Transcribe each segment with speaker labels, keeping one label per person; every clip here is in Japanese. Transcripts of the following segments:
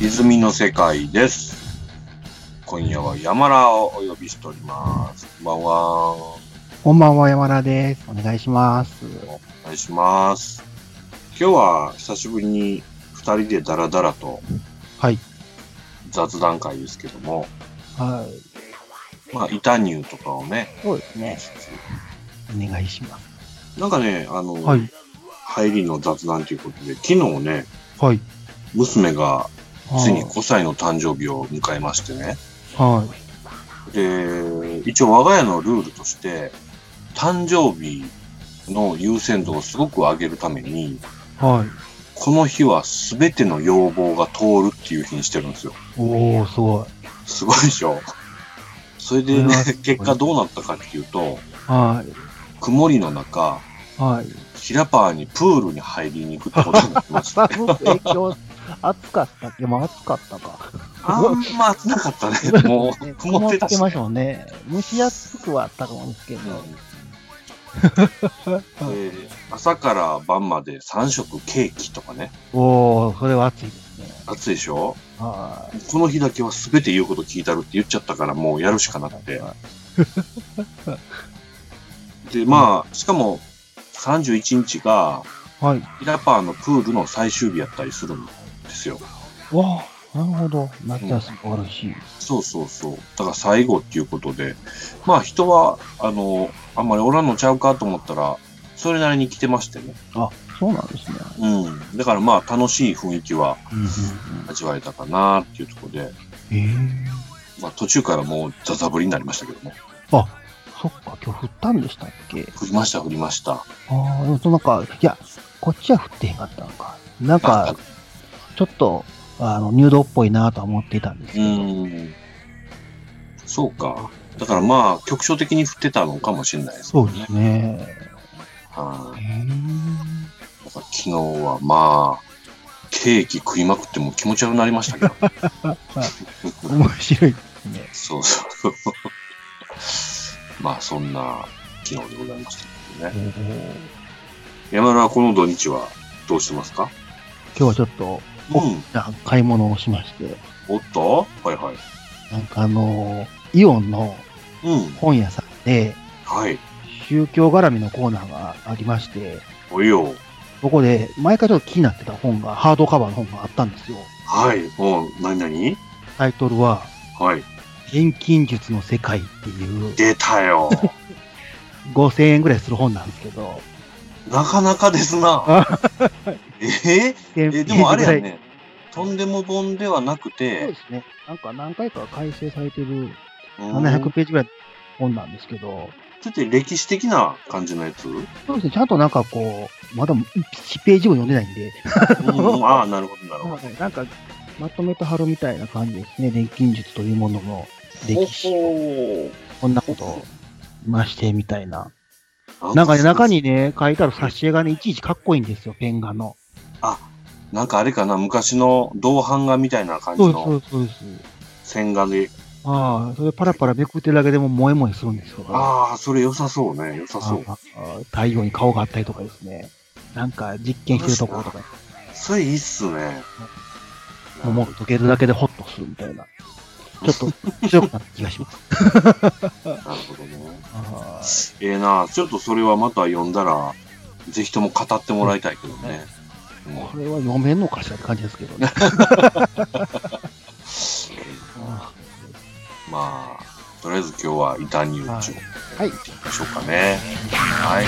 Speaker 1: 泉の世界です。今夜は山らをお呼びしております。こんばんは。お
Speaker 2: こんばんは、山田です。お願いします。
Speaker 1: 願いします。今日は久しぶりに二人でダラダラと
Speaker 2: はい。
Speaker 1: 雑談会ですけども、
Speaker 2: はい。
Speaker 1: まあ、板乳とかをね、
Speaker 2: そうですね。お願いします。
Speaker 1: なんかね、あの、
Speaker 2: はい。
Speaker 1: 入りの雑談ということで、昨日ね、
Speaker 2: はい。
Speaker 1: 娘がついに
Speaker 2: は
Speaker 1: 5歳の誕生日を迎えましてね、
Speaker 2: はい。
Speaker 1: で、一応我が家のルールとして、誕生日の優先度をすごく上げるために、
Speaker 2: はい。
Speaker 1: この日は全ての要望が通るっていう日にしてるんですよ。
Speaker 2: おー、すごい。
Speaker 1: すごいでしょそれで
Speaker 2: う
Speaker 1: ね
Speaker 2: わす、ごい
Speaker 1: 結果どうなったかっていうと、
Speaker 2: はい。
Speaker 1: 曇りの中、
Speaker 2: はい。
Speaker 1: ヒラパーにプールに入りに行くってことになりまし た。
Speaker 2: 寒くて今日、暑かった。でも暑かったか。
Speaker 1: あんま暑なかったね。も う、曇ってたし、
Speaker 2: ましたもんね。蒸し暑くはあったかもですけど。
Speaker 1: うんで朝から晩まで3食ケーキとかね。
Speaker 2: おー、それは暑いですね。
Speaker 1: 暑いでしょ
Speaker 2: はい。
Speaker 1: この日だけは全て言うこと聞いたるって言っちゃったからもうやるしかなくて。で、まあ、しかも31日が
Speaker 2: はい。
Speaker 1: イラパーのプールの最終日やったりするんですよ。
Speaker 2: わー、なるほど。夏休み終わるし。
Speaker 1: そうそうそう。だから最後っていうことで、まあ人は、あの、あんまりおらんのちゃうかと思ったら、それなりに来てましてね。
Speaker 2: あ、そうなんですね。
Speaker 1: うん。だからまあ楽しい雰囲気は
Speaker 2: うんうん
Speaker 1: 味わえたかなっていうところで、
Speaker 2: うん。えー。
Speaker 1: まあ途中からもうザザぶりになりましたけども。
Speaker 2: あ、そっか、今日降ったんでしたっけ
Speaker 1: 降りました、降りました。
Speaker 2: ああ、でもそのなんか、いや、こっちは降ってへんかったのか。なんか、ちょっと、あの、入道っぽいなとは思っていたんですけ
Speaker 1: う
Speaker 2: ど。
Speaker 1: ーん。そうか。だからまあ、局所的に降ってたのかもしれないです
Speaker 2: そうで
Speaker 1: ね。
Speaker 2: すね。
Speaker 1: は
Speaker 2: へ
Speaker 1: い。
Speaker 2: え
Speaker 1: だから昨日はまあ、ケーキ食いまくっても気持ち悪くなりましたけ ど。
Speaker 2: 面白いですね。
Speaker 1: そうそう。 まあ、そんな昨日でございましたけどね。
Speaker 2: おー
Speaker 1: 山田はこの土日はどうしてますか
Speaker 2: 今日はちょっと、
Speaker 1: うん。
Speaker 2: あ買い物をしまして、
Speaker 1: おっとはいはい。
Speaker 2: なんかあのーイオンの
Speaker 1: うん。
Speaker 2: 本屋さんで、
Speaker 1: はい。
Speaker 2: 宗教絡みのコーナーがありまして、
Speaker 1: おいよ。
Speaker 2: そこで、毎回ちょっと気になってた本が、ハードカバーの本があったんですよ。
Speaker 1: はい。おう、なになに
Speaker 2: タイトルは、
Speaker 1: はい。
Speaker 2: 錬金術の世界っていう、
Speaker 1: 出たよ。
Speaker 2: 5000円ぐらいする本なんですけど、
Speaker 1: なかなかですな
Speaker 2: あ。
Speaker 1: えー
Speaker 2: で
Speaker 1: え、でもあれやん。ね。とんでも本ではなく
Speaker 2: そうで
Speaker 1: て、
Speaker 2: すね。なんか何回か改正されてる
Speaker 1: うん
Speaker 2: 700ページぐらいの本なんですけど、
Speaker 1: ちょっと歴史的な感じの やつうん
Speaker 2: そうですね。ちゃんとなんかこう、まだ1ページも読んでないんで、
Speaker 1: ああ、なるほど、なるほど。
Speaker 2: なんかまとめて貼るみたいな感じですね。錬金術というものの
Speaker 1: ほ
Speaker 2: 歴史、
Speaker 1: ほ
Speaker 2: こんなことをましてみたいな。
Speaker 1: ー
Speaker 2: なんかね、中。にね、書いてある挿絵がね、いちいちかっこいいんですよ、ペン画の。
Speaker 1: なんかあれかな、昔の銅版画みたいな感じ
Speaker 2: そうそ
Speaker 1: の
Speaker 2: うそうです。
Speaker 1: 線画で。
Speaker 2: ああ、それパラパラめくってるだけでも萌え萌えするんですけど。
Speaker 1: ああ、それ良さそうね。良さそう。
Speaker 2: ああ太陽に顔があったりとかですね。なんか実験してるところとか、
Speaker 1: それいいっすね。
Speaker 2: もう溶けるだけでホッとするみたいな。ちょっと強くなった気がします。
Speaker 1: なるほどね。
Speaker 2: あ
Speaker 1: ええな、ちょっとそれはまた読んだら、ぜひとも語ってもらいたいけどね。うん
Speaker 2: ーこれは読めんのかしらって感じですけどね。あ
Speaker 1: まあ、とりあえず今日は板に打ちを
Speaker 2: はい
Speaker 1: 行ってみましょうかね。はい。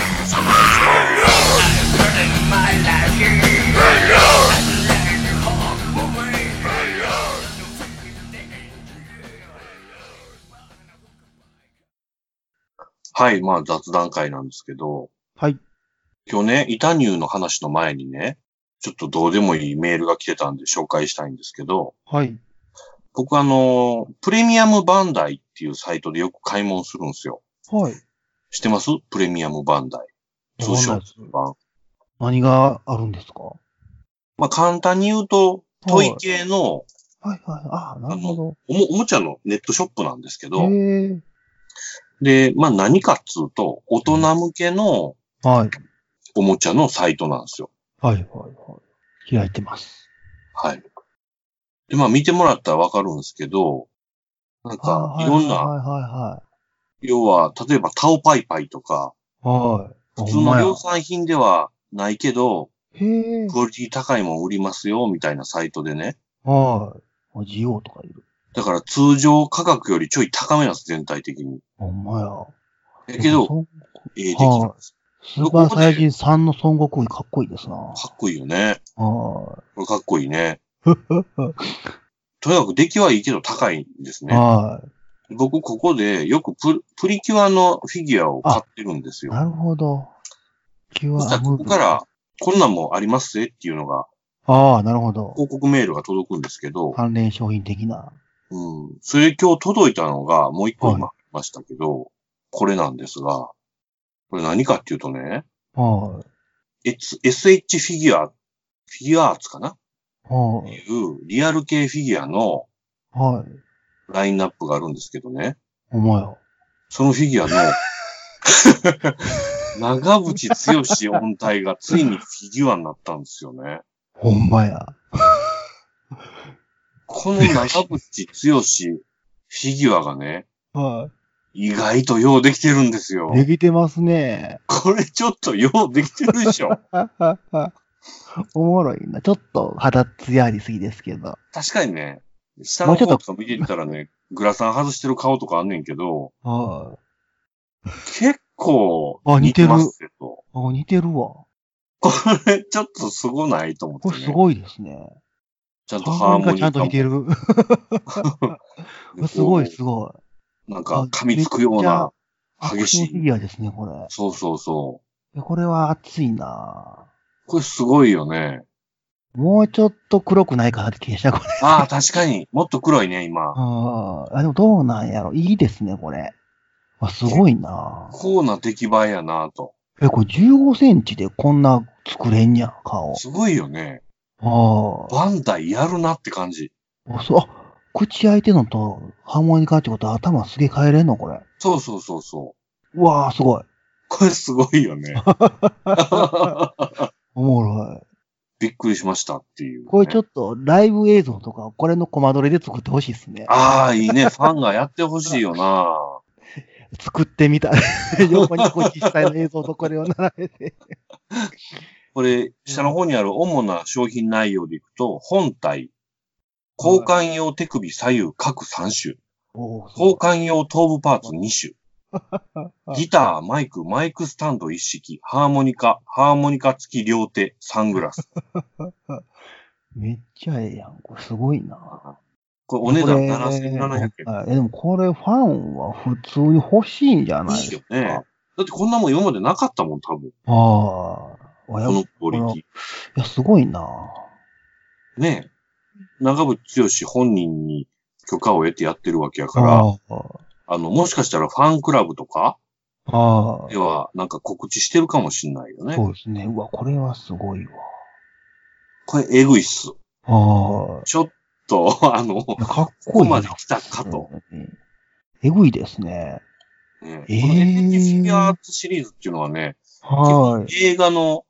Speaker 1: はい、まあ雑談会なんですけど、
Speaker 2: ーはい。
Speaker 1: 今日ね、イタニューの話の前にね、ちょっとどうでもいいメールが来てたんで紹介したいんですけど、
Speaker 2: はい。
Speaker 1: 僕あの、プレミアムバンダイっていうサイトでよく買い物するんですよ。
Speaker 2: はい。
Speaker 1: 知ってますプレミアムバンダイ。通称版。
Speaker 2: 何があるんですかは
Speaker 1: まあ簡単に言うと、トイ系の
Speaker 2: いはい。ああ、なるほ
Speaker 1: おもおもちゃのネットショップなんですけ
Speaker 2: ど。
Speaker 1: ど、
Speaker 2: へえ。
Speaker 1: で、まあ何かっつうと、大人向けの
Speaker 2: はい。
Speaker 1: おもちゃのサイトなんですよ。
Speaker 2: はいはいはい。開いてます。
Speaker 1: はい。で、まあ見てもらったらわかるんですけど、なんか、いろん
Speaker 2: は
Speaker 1: な、
Speaker 2: いは
Speaker 1: 要は、例えばタオパイパイとか、
Speaker 2: いはい。はい。
Speaker 1: 普通の量産品ではないけど、
Speaker 2: へえ。
Speaker 1: クオリティ高いもん売りますよ、みたいなサイトでね。
Speaker 2: はい。あ、ジオとかいる。
Speaker 1: だから通常価格よりちょい高めなんです、全体的に。
Speaker 2: ほんまや。
Speaker 1: だけど、
Speaker 2: 孫
Speaker 1: ええできたんです。
Speaker 2: スーパーサイヤ人3の孫悟空かっこいいですな。は
Speaker 1: かっこいいよね。
Speaker 2: い。
Speaker 1: これかっこいいね。 とにかく出来はいいけど高いんですね。
Speaker 2: は
Speaker 1: 僕ここでよくププリキュアのフィギュアを買ってるんです
Speaker 2: い。
Speaker 1: よ。
Speaker 2: なるほど。キュ
Speaker 1: そし
Speaker 2: ア
Speaker 1: たらここから、こんなんもありますぜっていうのが、
Speaker 2: ああ、なるほど。
Speaker 1: 広告メールが届くんですけど、
Speaker 2: 関連商品的な。
Speaker 1: うん。それで今日届いたのが、もう一個今、ありましたけど、これなんですが、これ何かっていうとね、
Speaker 2: は。
Speaker 1: S- SH フィギュア、フィギュアーツかない
Speaker 2: は
Speaker 1: って
Speaker 2: い。
Speaker 1: いう、リアル系フィギュアの
Speaker 2: はい。
Speaker 1: ラインナップがあるんですけどね、
Speaker 2: ほんまや。
Speaker 1: そのフィギュアの、 長渕剛本体がついにフィギュアになったんですよね。
Speaker 2: ほんまや。
Speaker 1: この長渕剛フィギュアがね、
Speaker 2: は
Speaker 1: 意外とようできてるんですよ
Speaker 2: い。。できてますね。
Speaker 1: これちょっとようできてるでしょ。
Speaker 2: おもろいな。ちょっと肌ツヤありすぎですけど。
Speaker 1: 確かにね、下
Speaker 2: も
Speaker 1: の
Speaker 2: うちょ
Speaker 1: 方
Speaker 2: っと
Speaker 1: とか見てみたらね、グラサン外してる顔とかあんねんけど、
Speaker 2: はい。
Speaker 1: 結構
Speaker 2: あ
Speaker 1: 似てますよと。
Speaker 2: あ、似てるわ。
Speaker 1: これ ちょっとすごないと思
Speaker 2: こ
Speaker 1: っ
Speaker 2: れ
Speaker 1: て、
Speaker 2: す
Speaker 1: ね。
Speaker 2: ごいですね。
Speaker 1: ちゃんとハーモニー
Speaker 2: ちゃんと似てる。
Speaker 1: る
Speaker 2: すごい、すごい。
Speaker 1: なん
Speaker 2: あ
Speaker 1: か噛みつくような、激しい
Speaker 2: アクションフィギュアですね、これ。い
Speaker 1: そうそうそ
Speaker 2: やこれは熱いな
Speaker 1: う。これすごいよね。
Speaker 2: もうちょっと黒くないかなって気がした、これ。
Speaker 1: ああ、確かに。もっと黒いね、今。
Speaker 2: あーあ、でもどうなんやろ。いいですね、これ。あ、すごいな
Speaker 1: こうな出来栄えやなと。
Speaker 2: え、これ15センチでこんな作れんや、顔。
Speaker 1: すごいよね。
Speaker 2: あ
Speaker 1: バンダイやるなって感じ。
Speaker 2: あ。そう、あ、口開いてんのとハーモニカってことは頭すげえ変えれんのこれ。
Speaker 1: そうそうそうそう。
Speaker 2: うわあ、すごい。
Speaker 1: これすごいよね。
Speaker 2: おもろい。
Speaker 1: びっくりしましたっていうね、
Speaker 2: これちょっとライブ映像とか、これのコマ撮りで作ってほしいですね。
Speaker 1: ああ、いいね。ファンがやってほしいよな。
Speaker 2: 作っ てみた。横にこう実際の映像とこれを並べて。
Speaker 1: これ、下の方にある主な商品内容でいくと、本体、交換用手首左右各3種、
Speaker 2: おお、
Speaker 1: 交換用頭部パーツ2種、ギター、マイク、マイクスタンド一式、ハーモニカ、ハーモニカ付き両手、サングラス。
Speaker 2: めっちゃええやん。これすごいな。
Speaker 1: これお値段
Speaker 2: これ
Speaker 1: 7700円。
Speaker 2: はいえ、でもこれファンは普通に欲しいんじゃない
Speaker 1: いい
Speaker 2: で
Speaker 1: よ
Speaker 2: すか。
Speaker 1: ね。だってこんなもん今までなかったもん、多分。
Speaker 2: ああ。おや
Speaker 1: このクオリティ。
Speaker 2: いや、すごいな
Speaker 1: ねえ。長渕剛本人に許可を得てやってるわけやから、
Speaker 2: あ
Speaker 1: あの、もしかしたらファンクラブとか
Speaker 2: あ。あ
Speaker 1: では、なんか告知してるかもしんないよ
Speaker 2: あ。
Speaker 1: ね。
Speaker 2: そうですね。うわ、これはすごいわ。
Speaker 1: これ、えぐいっす。
Speaker 2: ああ。
Speaker 1: ちょっと、あの、
Speaker 2: いやかっ
Speaker 1: ここ
Speaker 2: こいい
Speaker 1: まで
Speaker 2: な。
Speaker 1: 来たかと。
Speaker 2: うん。えぐいですね。
Speaker 1: ね
Speaker 2: えー
Speaker 1: このエレキフィギュアアーツシリーズっていうのはね、
Speaker 2: は
Speaker 1: 映画の、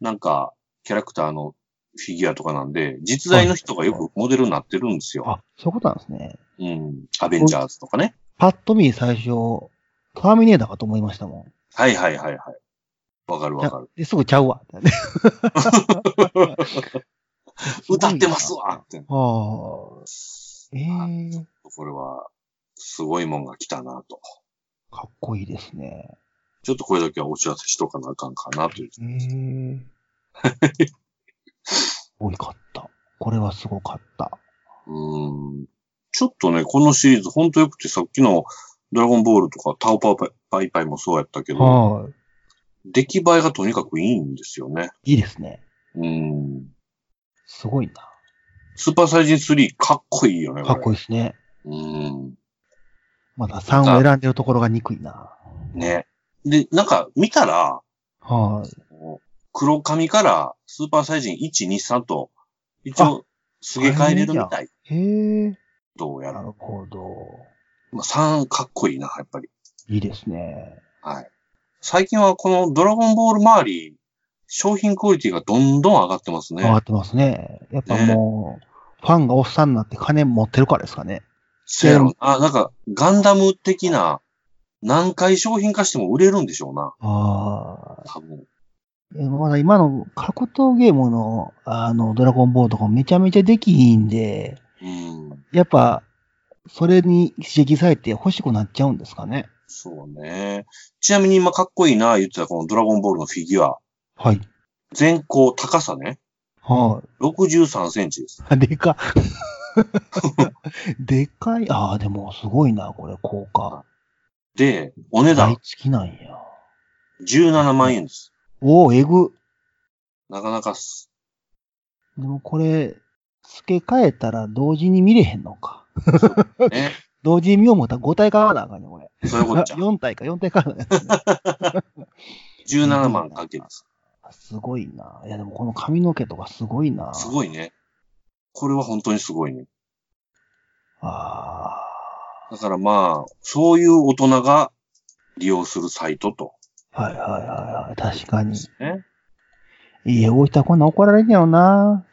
Speaker 1: なんか、キャラクターのフィギュアとかなんで、実在の人がよくモデルになってるんです
Speaker 2: い。
Speaker 1: よ。
Speaker 2: あ、そういうことなんですね。
Speaker 1: うん。アベンジャーズとかね。
Speaker 2: パッと見最初、ターミネーターかと思いましたもん。
Speaker 1: はいはいはいはい。わかるわかる。
Speaker 2: ですぐちゃうわ。
Speaker 1: 歌ってますわって。
Speaker 2: ああ。ええ
Speaker 1: これは、すごいもんが来たなと。
Speaker 2: かっこいいですね。
Speaker 1: ちょっとこれだけはお知らせしとかなあかんかなという。
Speaker 2: ええ すごいかった。これはすごかった。
Speaker 1: うーん。ちょっとね、このシリーズほんと良くて、さっきのドラゴンボールとかタオパオパイパイパイもそうやったけど、
Speaker 2: は
Speaker 1: 出来栄えがとにかくいいんですよね。
Speaker 2: い。いいですね。
Speaker 1: うーん。
Speaker 2: すごいな。
Speaker 1: スーパーサイジン3かっこいいよね、
Speaker 2: かっこ
Speaker 1: い
Speaker 2: いいですね。
Speaker 1: い。う
Speaker 2: まだ3を選んでるところが憎いな。
Speaker 1: ーん。ね。で、なんか見たら、
Speaker 2: はい。
Speaker 1: 黒髪からスーパーサイジン1、2、3と、一応、すげ替えれるみたい。
Speaker 2: へえ。
Speaker 1: どうや
Speaker 2: な
Speaker 1: ら。
Speaker 2: るほど。
Speaker 1: まあ、3かっこいいな、やっぱり。
Speaker 2: いいですね。
Speaker 1: はい。最近はこのドラゴンボール周り、商品クオリティがどんどん上がってますね。
Speaker 2: 上がってますね。やっぱもう、ファンがおっさんになって金持ってるからですかね。
Speaker 1: せやろな。なんか、ガンダム的な、何回商品化しても売れるんでしょうな。
Speaker 2: ああ。
Speaker 1: 多分。
Speaker 2: えまだ今の格闘ゲームの、あの、ドラゴンボールとかめちゃめちゃできひんで、
Speaker 1: うん。
Speaker 2: やっぱ、それに刺激されて欲しくなっちゃうんですかね。
Speaker 1: そうね。ちなみに今かっこいいな、言ってたこのドラゴンボールのフィギュア。
Speaker 2: はい。
Speaker 1: 全高高さね。
Speaker 2: は
Speaker 1: 63センチです。
Speaker 2: い。 でか。でかい。ああ、でもすごいな、これ、効果。
Speaker 1: で、お値
Speaker 2: 大
Speaker 1: 段
Speaker 2: 好きなんや。
Speaker 1: 17万円です。
Speaker 2: おお、えぐ。
Speaker 1: なかなかっす。
Speaker 2: でもこれ、付け替えたら同時に見れへんのか。
Speaker 1: ね。
Speaker 2: 同時に見よう思ったら5体買わなあかんね、これ。
Speaker 1: そういうことじゃん。
Speaker 2: 4体か、4体買わなあかんね。
Speaker 1: 17万かけます。
Speaker 2: すごいな。いや、でもこの髪の毛とかすごいな。
Speaker 1: すごいね。これは本当にすごいね。
Speaker 2: あ
Speaker 1: だからまあ、そういう大人が利用するサイトと。
Speaker 2: あ。はいはいはいはい。確かに。
Speaker 1: ね。
Speaker 2: いや、大分こんな怒られんねやろ な。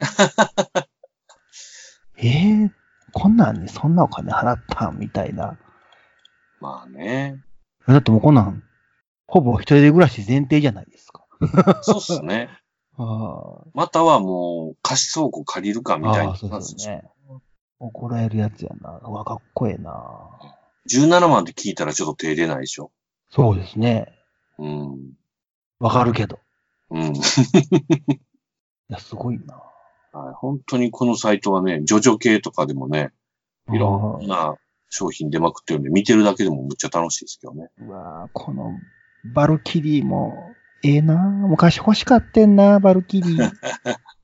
Speaker 2: ええこんなんにそんなお金払ったんみたいな。
Speaker 1: まあね。
Speaker 2: だってもうこんなん、ほぼ一人で暮らし前提じゃないですか。
Speaker 1: そうっす ね。
Speaker 2: あ
Speaker 1: またはもう、貸し倉庫借りるか
Speaker 2: あ
Speaker 1: みたい
Speaker 2: ああ
Speaker 1: な
Speaker 2: そうです
Speaker 1: 話
Speaker 2: よね。怒られるやつやな。うわ、かっこええな。
Speaker 1: 17万って聞いたらちょっと手出ないでしょ。
Speaker 2: そうですね。
Speaker 1: うん。
Speaker 2: わかるけど。
Speaker 1: うん。
Speaker 2: いや、すごいな。
Speaker 1: はい、本当にこのサイトはね、ジョジョ系とかでもね、いろん
Speaker 2: な。
Speaker 1: な商品出まくってるんで、見てるだけでもむっちゃ楽しいですけどね。
Speaker 2: うわこの、バルキリーも、ええな昔欲しかってんな、バルキリー。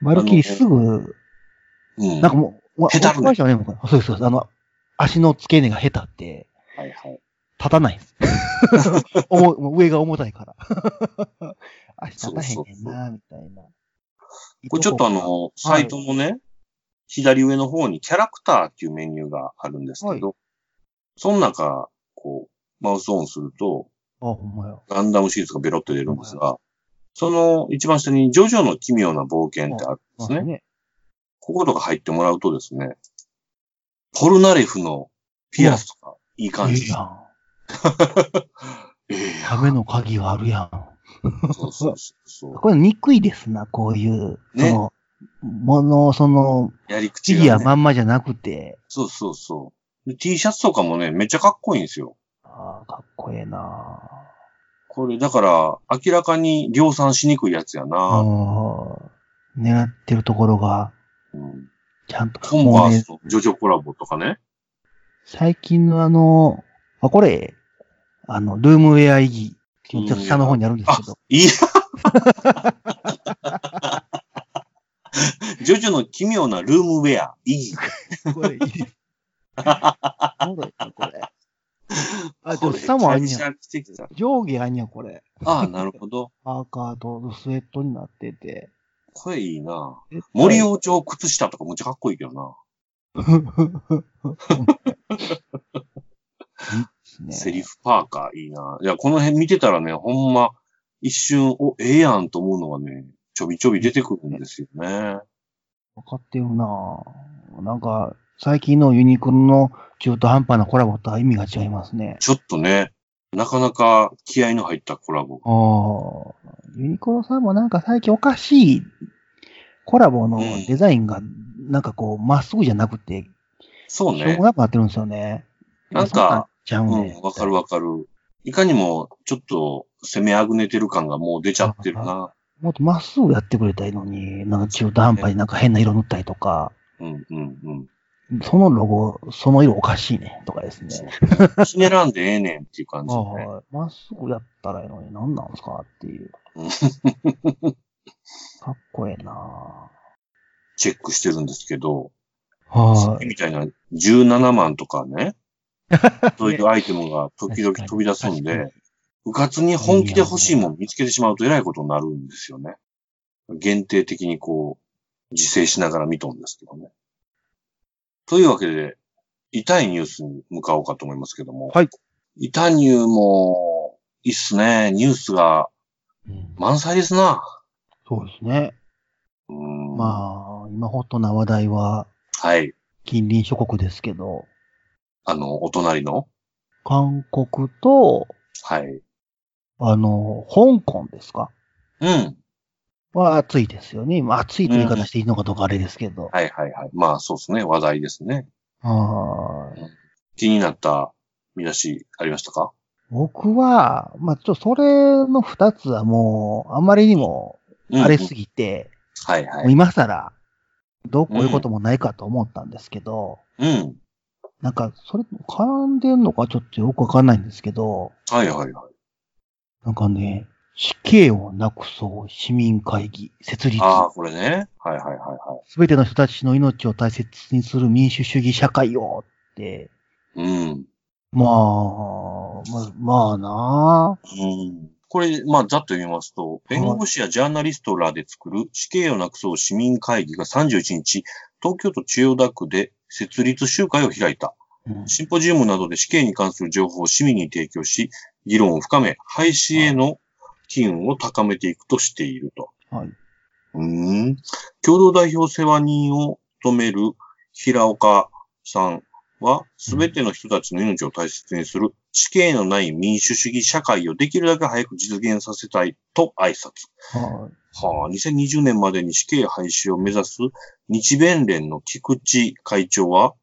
Speaker 2: バルキリーすぐ、
Speaker 1: うん。
Speaker 2: なんかもう、わ
Speaker 1: 下手あるね
Speaker 2: わかりましたよね、僕。そうですそうです。あの、足の付け根が下手って、
Speaker 1: はいはい。
Speaker 2: 立たない んです。重いもう上が重たいから。 足立たへんねんな、みたいな。
Speaker 1: これちょっとあ、の、サイトのね、左上の方にキャラクターっていうメニューがあるんですけど、その中、こう、マウスオンすると、
Speaker 2: あ、ほんまや。
Speaker 1: ガンダムシリーズがベロッと出るんですが、その一番下にジョジョの奇妙な冒険ってあるんですね。
Speaker 2: ね。
Speaker 1: こことか入ってもらうとですね、ポルナレフのピアスとか、いい
Speaker 2: い
Speaker 1: 感じ
Speaker 2: い
Speaker 1: です
Speaker 2: や。ん。
Speaker 1: え え
Speaker 2: ための鍵はあるやん。
Speaker 1: そうそうそうそ
Speaker 2: これ憎いですな、こういう、
Speaker 1: ね
Speaker 2: その、もの、その、
Speaker 1: う。やり口
Speaker 2: 地理
Speaker 1: が、
Speaker 2: や
Speaker 1: ね。
Speaker 2: まんまじゃなくて、
Speaker 1: そうそうそうで。T シャツとかもね、めっちゃかっこいいんですよ。
Speaker 2: ああ、かっこええな
Speaker 1: これ、だから、明らかに量産しにくいやつや
Speaker 2: ああ
Speaker 1: な。
Speaker 2: 狙ってるところが、
Speaker 1: うん、
Speaker 2: ちゃんと、
Speaker 1: コンバ
Speaker 2: もう
Speaker 1: ー
Speaker 2: ね
Speaker 1: ス、とジョジョコラボとかね。
Speaker 2: 最近のあの、あ、これ、あの、ルームウェア意義、ちょっと下の方にあるんですけど、
Speaker 1: いやジョジョの奇妙なルームウェア、いい。
Speaker 2: これいいです。 おもろいなこれ。あ、で
Speaker 1: こ
Speaker 2: も
Speaker 1: れ
Speaker 2: 下もあんねや。
Speaker 1: 会社来てきた
Speaker 2: 上下あんねや、これ。
Speaker 1: ああ、なるほど。
Speaker 2: パーカーとスウェットになってて。
Speaker 1: これいいな。
Speaker 2: 絶対
Speaker 1: 森王朝靴下とかむっちゃかっこいいけどな。
Speaker 2: ね
Speaker 1: セリフパーカーいいな。いや、この辺見てたらね、ほんま、一瞬、お、ええやんと思うのがね、ちょびちょび出てくるんですよね。
Speaker 2: 分かってるなぁ。なんか、最近のユニクロの中途半端なコラボとは意味が違いますね。
Speaker 1: ちょっとね、なかなか気合の入ったコラボ。
Speaker 2: ああ、ユニクロさんもなんか最近おかしいコラボの
Speaker 1: うん
Speaker 2: デザインが、なんかこう、まっすぐじゃなくて、
Speaker 1: そう
Speaker 2: しょう
Speaker 1: ね
Speaker 2: も。なくなってるんですよね。
Speaker 1: なん
Speaker 2: そう
Speaker 1: か、
Speaker 2: ちゃう
Speaker 1: う
Speaker 2: ね。
Speaker 1: ん、わかるわかる。いかにも、ちょっと、攻めあぐねてる感がもう出ちゃってるな。
Speaker 2: もっとまっすぐやってくれたらいいのに、なんか中途半端になんか変な色塗ったりとか、
Speaker 1: うん、うん、うん。
Speaker 2: そのロゴ、その色おかしいね、とかですね。
Speaker 1: ひねらんでええねんっていう感じよね。
Speaker 2: はいまっすぐやったらいいのに何なんすかっ ていう
Speaker 1: うん。
Speaker 2: かっこええな
Speaker 1: チェックしてるんですけど、
Speaker 2: ぁ。は
Speaker 1: みたいな17万とか ね、そういうアイテムが時々飛び出すんで、うかつに本気で欲しいもの見つけてしまうと偉いことになるんですよね。限定的にこう、自制しながら見とんですけどね。というわけで、痛いニュースに向かおうかと思いますけども。
Speaker 2: はい。
Speaker 1: 痛ニューも、いいっすね。ニュースが
Speaker 2: うん
Speaker 1: 満載ですな。
Speaker 2: そうですね。
Speaker 1: うん。あ。
Speaker 2: まあ、今ホットな話題は
Speaker 1: はい。
Speaker 2: 近隣諸国ですけど、
Speaker 1: あの、お隣の
Speaker 2: 韓国と、
Speaker 1: はい。
Speaker 2: あの、香港ですか
Speaker 1: うん。
Speaker 2: は暑いですよね。まあ暑いという言い方していいのかどうかあれですけど。
Speaker 1: はいはいはい。まあそうですね。話題ですね。
Speaker 2: はーい
Speaker 1: 気になった見出しありましたか
Speaker 2: 僕は、まあちょっとそれの二つはもう、あまりにも
Speaker 1: うん
Speaker 2: 荒れすぎて、
Speaker 1: はいは
Speaker 2: もう
Speaker 1: い。
Speaker 2: 今更、どうこういうこともないかと思ったんですけど、
Speaker 1: うん。
Speaker 2: なんか、それ、絡んでんのかちょっとよくわかんないんですけど、
Speaker 1: はいはいはい。
Speaker 2: なんかね、死刑をなくそう市民会議設立。
Speaker 1: ああ、これね。はいはいはいは
Speaker 2: すべての人たちの命を大切にする民主主義社会をって、
Speaker 1: い。うん。
Speaker 2: まあ、まあ、まあなあ
Speaker 1: うんこれ、まあ、ざっと読みますと、弁護士やジャーナリストらで作る死刑をなくそう市民会議が31日、東京都千代田区で設立集会を開いた。
Speaker 2: うん
Speaker 1: シンポジウムなどで死刑に関する情報を市民に提供し、議論を深め、廃止への機運を高めていくとしていると。
Speaker 2: はい。
Speaker 1: うーん。共同代表世話人を務める平岡さんは、すべての人たちの命を大切にする死刑のない民主主義社会をできるだけ早く実現させたいと挨拶。
Speaker 2: はい
Speaker 1: はあ、2020年までに死刑廃止を目指す日弁連の菊池会長は、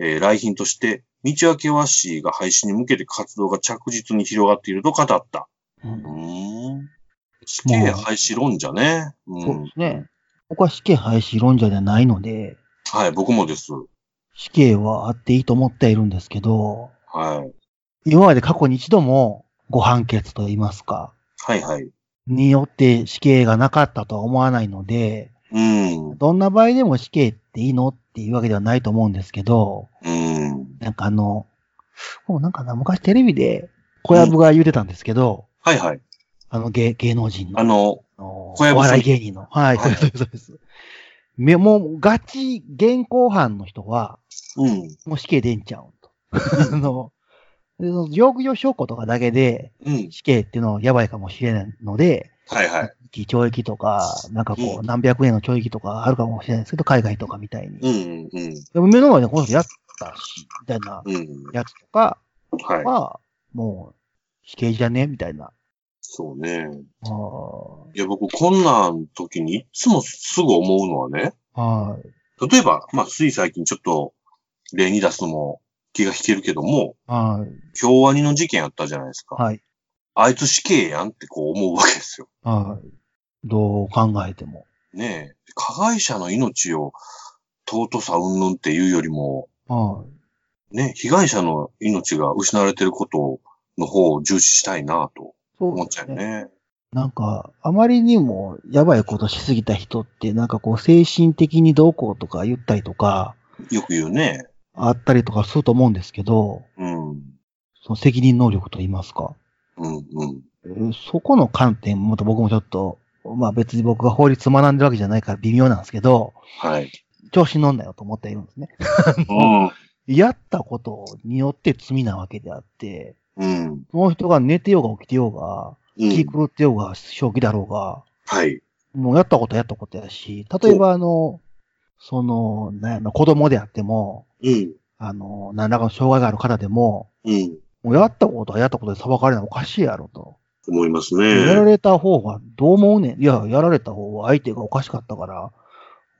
Speaker 1: えー来賓として、道明和氏が廃止に向けて活動が着実に広がっていると語った。
Speaker 2: う
Speaker 1: うんーん。死刑廃止論者ね。う
Speaker 2: そうで
Speaker 1: ん。
Speaker 2: すね。僕は死刑廃止論者ではないので、
Speaker 1: はい、僕もです。
Speaker 2: 死刑はあっていいと思っているんですけど、
Speaker 1: はい。
Speaker 2: 今まで過去に一度もご判決といいますか、
Speaker 1: はいはい。
Speaker 2: によって死刑がなかったとは思わないので、
Speaker 1: うん。う
Speaker 2: どんな場合でも死刑っていいのっていうわけではないと思うんですけど、
Speaker 1: ん。
Speaker 2: なんかあの、もうなんかな、昔テレビで小籔が言うてたんですけど、
Speaker 1: はいはい。
Speaker 2: あの芸芸能人の、
Speaker 1: あの、
Speaker 2: あの
Speaker 1: 小籔さん
Speaker 2: お笑い芸人の。はい、
Speaker 1: は
Speaker 2: そう
Speaker 1: い
Speaker 2: です、そうです。めもうガチ現行犯の人は、
Speaker 1: うん。
Speaker 2: もう死刑出んちゃうと。 あの、でその状況証拠とかだけで、
Speaker 1: うん。
Speaker 2: 死刑っていうのはやばいかもしれないので、
Speaker 1: はいはい。
Speaker 2: 懲役とか、なんかこ
Speaker 1: う
Speaker 2: う、
Speaker 1: ん
Speaker 2: 何百円の懲役とかあるかもしれないですけど、海外とかみたいに。
Speaker 1: うん。うん。
Speaker 2: でも目の前でこの人やったし、みたいな
Speaker 1: うん。
Speaker 2: やつとか
Speaker 1: はい。
Speaker 2: は、もう、死刑じゃねみたいな。
Speaker 1: そうね。
Speaker 2: あー
Speaker 1: いや、僕、こんなん時にいつもすぐ思うのはね、
Speaker 2: はい。
Speaker 1: 例えば、まあ、つい最近ちょっと例に出すのも気が引けるけども、
Speaker 2: はい。
Speaker 1: 京アニの事件あったじゃないですか。
Speaker 2: はい。
Speaker 1: あいつ死刑やんってこう思うわけですよ。
Speaker 2: はい。どう考えても。
Speaker 1: ねえ。加害者の命を尊さ云々っていうよりも、
Speaker 2: はい。
Speaker 1: ね、被害者の命が失われてることの方を重視したいなと
Speaker 2: そ
Speaker 1: 思っちゃうよ。ね。
Speaker 2: なんか、あまりにもやばいことしすぎた人って、なんかこう、精神的にどうこうとか言ったりとか、
Speaker 1: よく言うね。
Speaker 2: あったりとかすると思うんですけど、
Speaker 1: うん。うん、
Speaker 2: その責任能力と言いますか。
Speaker 1: うん。
Speaker 2: えーそこの観点、また僕もちょっと、まあ別に僕が法律学んでるわけじゃないから微妙なんですけど、
Speaker 1: はい。
Speaker 2: 調子に乗んなよと思っているんですね。
Speaker 1: うん。
Speaker 2: やったことによって罪なわけであって、
Speaker 1: うん。
Speaker 2: その人が寝てようが起きてようが、
Speaker 1: う
Speaker 2: 気
Speaker 1: ん。
Speaker 2: 狂ってようが、正気だろうが、
Speaker 1: はい。
Speaker 2: もうやったことはやったことやし、例えばあの、その、なんやろ子供であっても、
Speaker 1: うん。
Speaker 2: あの、何らかの障害がある方でも、
Speaker 1: うん。
Speaker 2: もうやったことはやったことで裁かれないのはおかしいやろと。
Speaker 1: 思います
Speaker 2: やら
Speaker 1: ね。
Speaker 2: れた方がどう思うねん。いや、やられた方は相手がおかしかったから、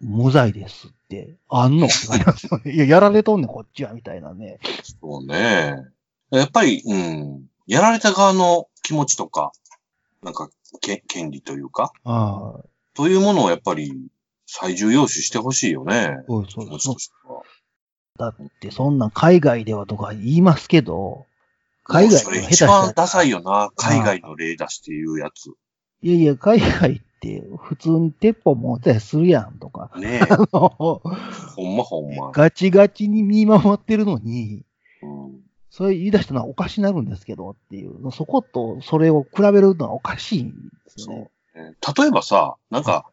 Speaker 2: 無罪ですって、あ んのって感じなんですよね。いや、やられとんねん、こっちは、みたいなね。
Speaker 1: そうね。やっぱり、うん。やられた側の気持ちとか、なんか、け権利というか、
Speaker 2: ああ、
Speaker 1: というものをやっぱり最重要視してほしいよね。
Speaker 2: そうですそ
Speaker 1: 気
Speaker 2: うで
Speaker 1: 持
Speaker 2: す
Speaker 1: ちとしては。
Speaker 2: だって、そんなん海外ではとか言いますけど、海外
Speaker 1: そ
Speaker 2: で
Speaker 1: れ
Speaker 2: は下手
Speaker 1: 一
Speaker 2: したら
Speaker 1: 番ダサいよな。海外の例出して言うやつ。
Speaker 2: いやいや、海外って普通に鉄砲持ったりするやんとか、
Speaker 1: ね
Speaker 2: あ
Speaker 1: え。
Speaker 2: の
Speaker 1: ほんまほんま。
Speaker 2: ガチガチに見守ってるのに、
Speaker 1: うん
Speaker 2: それ言い出したのはおかしになるんですけどっていう、そことそれを比べるのはおかしいんですよね。
Speaker 1: えー例えばさ、なんか、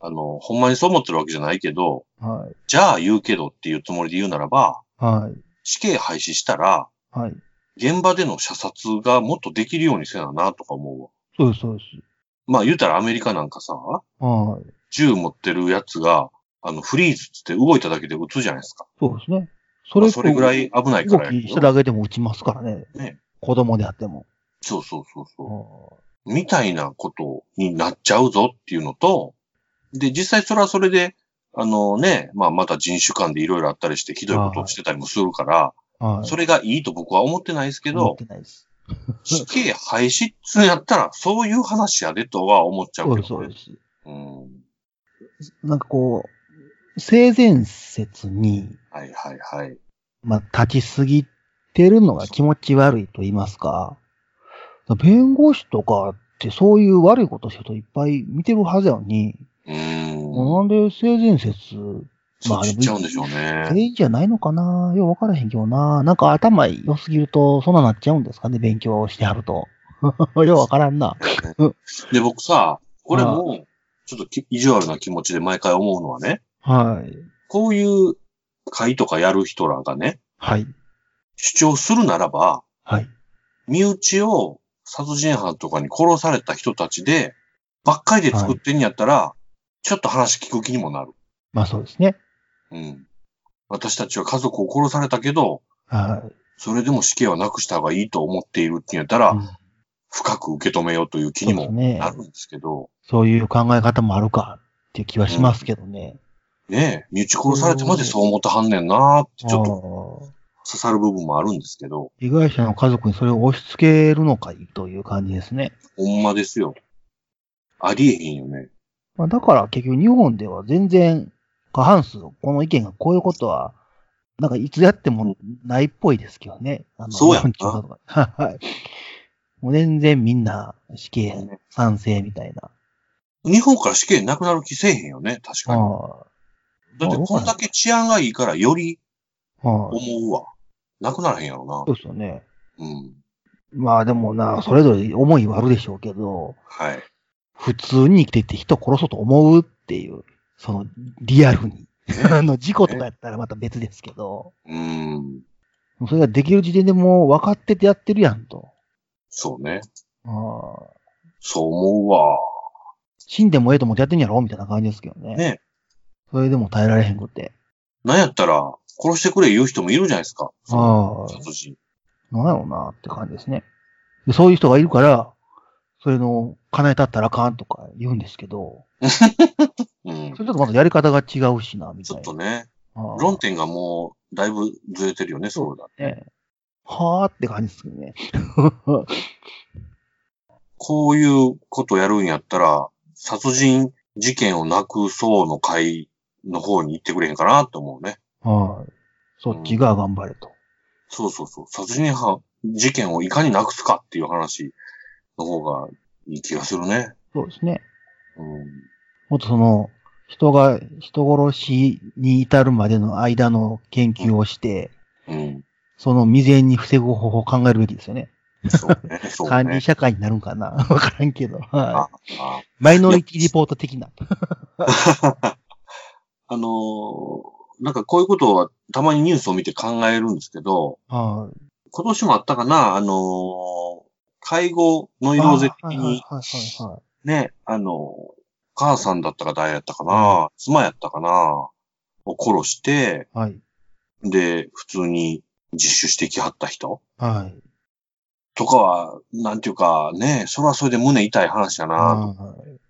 Speaker 1: あの、ほんまにそう思ってるわけじゃないけど、
Speaker 2: はい。
Speaker 1: じゃあ言うけどっていうつもりで言うならば、
Speaker 2: はい。
Speaker 1: 死刑廃止したら、
Speaker 2: はい。
Speaker 1: 現場での射殺がもっとできるようにせななとか思うわ。
Speaker 2: そうです、そうです。
Speaker 1: まあ言うたらアメリカなんかさ、
Speaker 2: は
Speaker 1: 銃持ってるやつが、あの、フリーズって動いただけで撃つじゃないですか。
Speaker 2: そうですね。そ
Speaker 1: そ
Speaker 2: れ
Speaker 1: れそれぐらい危ないか
Speaker 2: 動
Speaker 1: らやけど
Speaker 2: きしただけでも撃ちますからね。
Speaker 1: ね
Speaker 2: 子供であっても。
Speaker 1: そうそうそうそうう。
Speaker 2: ん
Speaker 1: みたいなことになっちゃうぞっていうのと、で、実際それはそれで、あのね、まあまた人種間でいろいろあったりしてひどいことをしてたりもするから、
Speaker 2: はい。
Speaker 1: それがいいと僕は思ってないですけ
Speaker 2: 思っ
Speaker 1: ど、
Speaker 2: てないです。
Speaker 1: 死刑廃止っつうんやったら、そういう話やでとは思っちゃ
Speaker 2: そうう
Speaker 1: け
Speaker 2: です、そ
Speaker 1: ど
Speaker 2: う
Speaker 1: ね。
Speaker 2: です。
Speaker 1: うん。
Speaker 2: なんかこう、性善説に、
Speaker 1: はいはいはい。
Speaker 2: まあ、立ちすぎてるのが気持ち悪いと言いますか。弁護士とかってそういう悪いことしてる人いっぱい見てるはずやのに、
Speaker 1: うーん。
Speaker 2: なんで性善説、
Speaker 1: そっち行っちゃうんでしょうね。
Speaker 2: 正義じゃないのかなよう分からへんけどな。なんか頭良すぎると、そんななっちゃうんですかね勉強してはると。 よう分からんな。
Speaker 1: で、僕さ、これも、ちょっとき意地悪な気持ちで毎回思うのはね、
Speaker 2: はい。
Speaker 1: こういう会とかやる人らがね、
Speaker 2: はい。
Speaker 1: 主張するならば、
Speaker 2: はい。
Speaker 1: 身内を殺人犯とかに殺された人たちで、ばっかりで作ってんやったら、ちょっと話聞く気にもなる。
Speaker 2: まあそうですね。
Speaker 1: うん。私たちは家族を殺されたけど、
Speaker 2: はい。
Speaker 1: それでも死刑はなくした方がいいと思っているって言うんやったら、
Speaker 2: うん
Speaker 1: 深く受け止めようという気にも
Speaker 2: そうですね
Speaker 1: なるんですけど、
Speaker 2: そういう考え方もあるかっていう気はしますけどね。
Speaker 1: ねえ、身内殺されてまでそう思ってはんねんなーって、ちょっと
Speaker 2: と
Speaker 1: 刺さる部分もあるんですけど、
Speaker 2: 被害者の家族にそれを押し付けるのかいという感じですね。
Speaker 1: ほんまですよ。ありえへんよね。
Speaker 2: まあ、だから結局日本では全然過半数、この意見がこういうことは、なんかいつやってもないっぽいですけどね。あの
Speaker 1: そうやんな
Speaker 2: 日本人とか はい。もう全然みんな死刑賛成みたいな。
Speaker 1: 日本から死刑なくなる気せえへんよね、確かに。
Speaker 2: は
Speaker 1: だってこんだけ治安がいいからより
Speaker 2: い。はい。
Speaker 1: 思うわ。なくならへんやろ
Speaker 2: そうですよね。
Speaker 1: な。うん。
Speaker 2: まあでもな、それぞれ思いはあるでしょうけど、
Speaker 1: はい。
Speaker 2: 普通に生きていって人殺そうと思うっていう、そのリアルに。 あの事故とかやったらまた別ですけど、
Speaker 1: うん。
Speaker 2: それができる時点でもう分かっててやってるやんと。
Speaker 1: そうね。
Speaker 2: ああ
Speaker 1: そう思うわ。
Speaker 2: 死んでもええと思ってやってんやろみたいな感じですけどね。
Speaker 1: ね
Speaker 2: それでも耐えられへんくて。
Speaker 1: なんやったら、殺してくれ言う人もいるじゃないですか。
Speaker 2: ああ
Speaker 1: 殺人。
Speaker 2: なんやろうなって感じですね。でそういう人がいるから、それの、叶えたったらあかんとか言うんですけど、
Speaker 1: うん
Speaker 2: そ。れだとまたやり方が違うしな、み
Speaker 1: ち
Speaker 2: た
Speaker 1: ょっ。
Speaker 2: いな
Speaker 1: とね、
Speaker 2: ああ
Speaker 1: 論点がもう、だいぶずれてるよね、そうだ。
Speaker 2: ねはあって感じですけどね。
Speaker 1: こういうことやるんやったら、殺人事件をなくそうの会の方に行ってくれへんかなと思うね。
Speaker 2: はい。そっちが頑張れと。
Speaker 1: そうそうそう。殺人犯、事件をいかになくすかっていう話の方がいい気がするね。
Speaker 2: そうですね。
Speaker 1: うん。
Speaker 2: もっとその、人が人殺しに至るまでの間の研究をして、
Speaker 1: うん。
Speaker 2: その未然に防ぐ方法を考えるべきですよね。
Speaker 1: そうね。そう
Speaker 2: 管理
Speaker 1: ね。
Speaker 2: 社会になるんかな わからんけど。は
Speaker 1: あ
Speaker 2: い。マイノリティリポート的な。
Speaker 1: あのーなんかこういうことはたまにニュースを見て考えるんですけど、
Speaker 2: はい。
Speaker 1: 今年もあったかな、あのー介護ノイローゼ
Speaker 2: あは
Speaker 1: 的
Speaker 2: いはい
Speaker 1: に
Speaker 2: はいはいはい。
Speaker 1: ね、あの、母さんだったか誰やったかな、妻やったかな、を殺して、
Speaker 2: はい。
Speaker 1: で、普通に自首してきはった人
Speaker 2: はい。
Speaker 1: とかは、なんていうかね、それはそれで胸痛い話だな。
Speaker 2: はい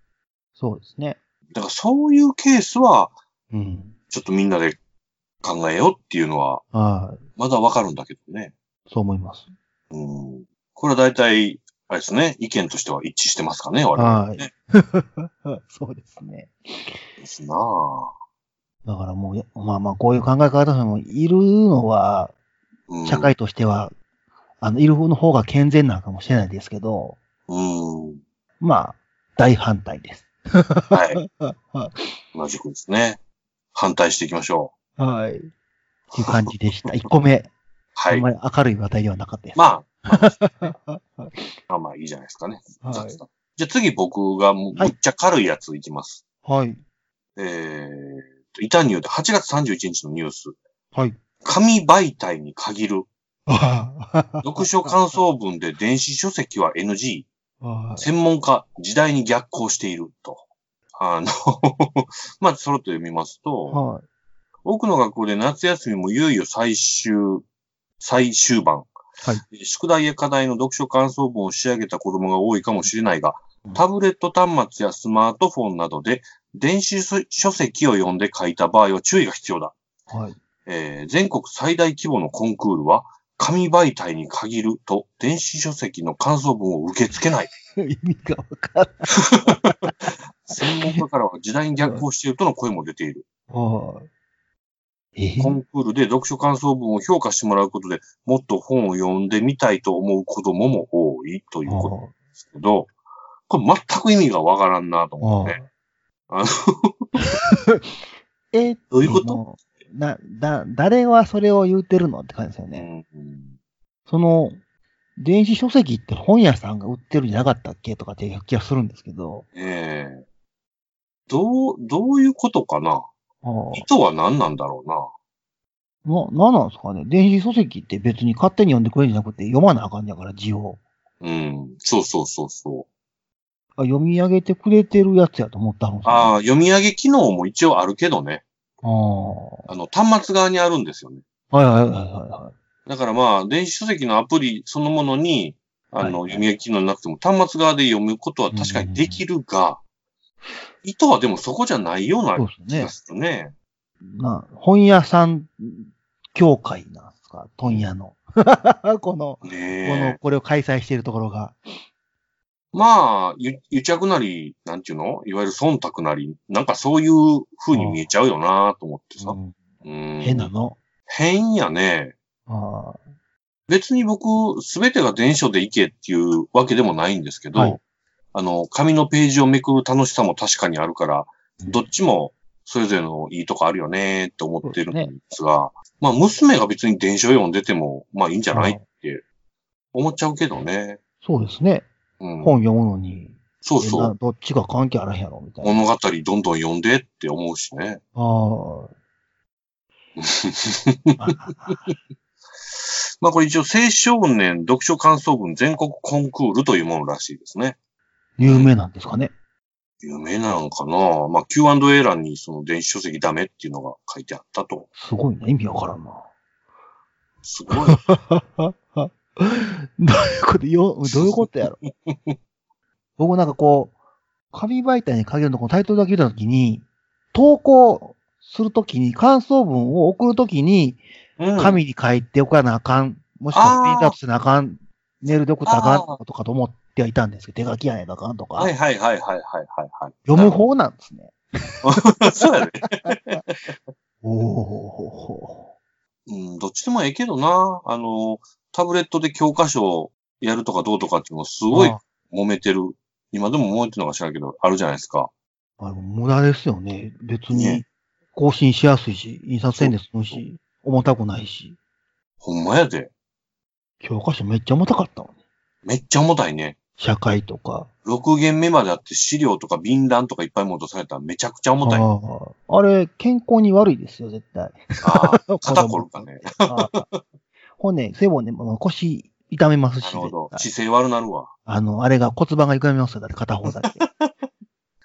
Speaker 2: そうですね。
Speaker 1: だからそういうケースは、
Speaker 2: うん。
Speaker 1: ちょっとみんなで考えようっていうのは、
Speaker 2: は
Speaker 1: まだわかるんだけどね。
Speaker 2: い。そう思います。
Speaker 1: うん。これは大体、あれですね、意見としては一致してますかね、我々、
Speaker 2: は
Speaker 1: ね。
Speaker 2: い。 そうですね。
Speaker 1: ですなぁ。
Speaker 2: だからもうや、まあまあ、こういう考え方の人もいるのは、
Speaker 1: うん
Speaker 2: 社。会としては、あの、いる方の方が健全なのかもしれないですけど、
Speaker 1: うん。
Speaker 2: まあ、大反対です。
Speaker 1: はい。
Speaker 2: は
Speaker 1: 同じくですね。反対していきましょう。
Speaker 2: はい。っていう感じでした。1個目、
Speaker 1: は
Speaker 2: あん
Speaker 1: い。
Speaker 2: まり明るい話題ではなかったです。
Speaker 1: ま
Speaker 2: は
Speaker 1: あ、まあまあいいじゃないですかね。雑
Speaker 2: い。
Speaker 1: 談じゃあ次僕がもうむ
Speaker 2: はい
Speaker 1: っちゃ軽いやついきます。
Speaker 2: はい。
Speaker 1: えー、イタニューで8月31日のニュース。
Speaker 2: はい。
Speaker 1: 紙媒体に限る。
Speaker 2: は
Speaker 1: 読書感想文で電子書籍は NG。
Speaker 2: い
Speaker 1: 専門家、時代に逆行している。と。あの、まあ、そろっと読みますと、
Speaker 2: はい。
Speaker 1: 多くの学校で夏休みもいよいよ最終、最終版。
Speaker 2: は
Speaker 1: 宿題や課題の読書感想文を仕上げた子供が多いかもしれないが、タブレット端末やスマートフォンなどで電子書書籍を読んで書いた場合は注意が必要だ。
Speaker 2: はい。
Speaker 1: えー全国最大規模のコンクールは、紙媒体に限ると、電子書籍の感想文を受け付けない。
Speaker 2: 意味がわからない。
Speaker 1: 専門家からは時代に逆行しているとの声も出ている。
Speaker 2: はい。え
Speaker 1: コンクールで読書感想文を評価してもらうことで、もっと本を読んでみたいと思う子供も多いということなんで
Speaker 2: は
Speaker 1: すけど、これ全く意味がわからんなと思ってね。あの、
Speaker 2: い え
Speaker 1: どういうこと
Speaker 2: とな、だ、誰はそれを言うてるのって感じですよね。
Speaker 1: うん
Speaker 2: その、電子書籍って本屋さんが売ってるんじゃなかったっけとかっていう気がするんですけど。
Speaker 1: ええどう、どういうことかな
Speaker 2: はあ
Speaker 1: 人は何なんだろうな。
Speaker 2: な、なんなんですかね電子書籍って別に勝手に読んでくれるんじゃなくて読まなあかんねやから、字を。
Speaker 1: うん。そうそうそうそう。
Speaker 2: あ読み上げてくれてるやつやと思ったんですよ、
Speaker 1: ああ、読み上げ機能も一応あるけどね。
Speaker 2: ああ。
Speaker 1: あの、端末側にあるんですよね。
Speaker 2: はいはいはいはいは
Speaker 1: だからまあ、電子書籍のアプリそのものに、あの、
Speaker 2: はい。
Speaker 1: 読み上げ機能なくても端末側で読むことは確かにできるが、意図はでもそこじゃないようない
Speaker 2: そう
Speaker 1: 気
Speaker 2: で
Speaker 1: が
Speaker 2: す
Speaker 1: するね。
Speaker 2: ね。な、本屋さん協会なんですか問屋の。 この、
Speaker 1: ね
Speaker 2: この、
Speaker 1: え。
Speaker 2: これを開催しているところが。
Speaker 1: まあ、ゆ癒着なり、なんていうのいわゆる忖度なり、なんかそういう風に見えちゃうよなと思ってさ。
Speaker 2: うん
Speaker 1: うん
Speaker 2: 変な。の。
Speaker 1: 変やね。
Speaker 2: あ
Speaker 1: 別に僕、すべてが電子書でいけっていうわけでもないんですけど、
Speaker 2: はい
Speaker 1: あの、紙のページをめくる楽しさも確かにあるから、
Speaker 2: うん
Speaker 1: どっちもそれぞれのいいとこあるよねって思ってるん
Speaker 2: そうで
Speaker 1: ですすが、まあ娘が別に電子書読んでても、まあいいんじゃ
Speaker 2: あ。
Speaker 1: ない思っちゃうけどね。
Speaker 2: そうですね。
Speaker 1: うん。
Speaker 2: 本読むのに。
Speaker 1: そうそ
Speaker 2: な
Speaker 1: う。
Speaker 2: どっちが関係あらへんやろみたいな。
Speaker 1: 物語どんどん読んでって思うしね。
Speaker 2: ああ。
Speaker 1: まあこれ一応青少年読書感想文全国コンクールというものらしいですね。
Speaker 2: 有名なんですかね。
Speaker 1: 有名なんかなまあ Q&A 欄にその電子書籍ダメっていうのが書いてあったと。
Speaker 2: すごいな。意味わからんな。
Speaker 1: すごい。
Speaker 2: どういうことよ、どういうことやろ。僕なんかこう、紙媒体に限るのこのタイトルだけ見たときに、投稿するときに、感想文を送るときに、
Speaker 1: うん、
Speaker 2: 紙に書いておかなあかん、もしくはスピードアップせなあかん、メールで送ったらあかんってことかと思ってはいたんですけど、手書きやねんとあかんとか、
Speaker 1: はいはいはいはいはいはいはい。
Speaker 2: 読む方なんですね。
Speaker 1: そうやね。
Speaker 2: おお
Speaker 1: うん、どっちでもええけどな。あの、タブレットで教科書をやるとかどうとかっていうのす
Speaker 2: す
Speaker 1: ごい揉めてる。今でも揉めてるのか知らんけど、あるじゃないですか。
Speaker 2: あの、無駄ですよね。別に
Speaker 1: ね、
Speaker 2: 更新しやすいし、印刷線で済むし、重たくないし。
Speaker 1: ほんまやで。
Speaker 2: 教科書めっちゃ重たかったのに。
Speaker 1: めっちゃ重たいね。
Speaker 2: 社会とか。
Speaker 1: 6限目まであって資料とか便覧とかいっぱい戻されたらめちゃくちゃ重たい。あ
Speaker 2: あーあれ、健肩に悪いですよ、絶対。
Speaker 1: あ ー、肩こるかね。
Speaker 2: あー。骨、背骨、まあ腰痛めますし。
Speaker 1: なるほど。
Speaker 2: 絶対
Speaker 1: 姿勢悪なるわ。
Speaker 2: あの、あれが骨盤が歪みますよ、だって片方だ け。だから、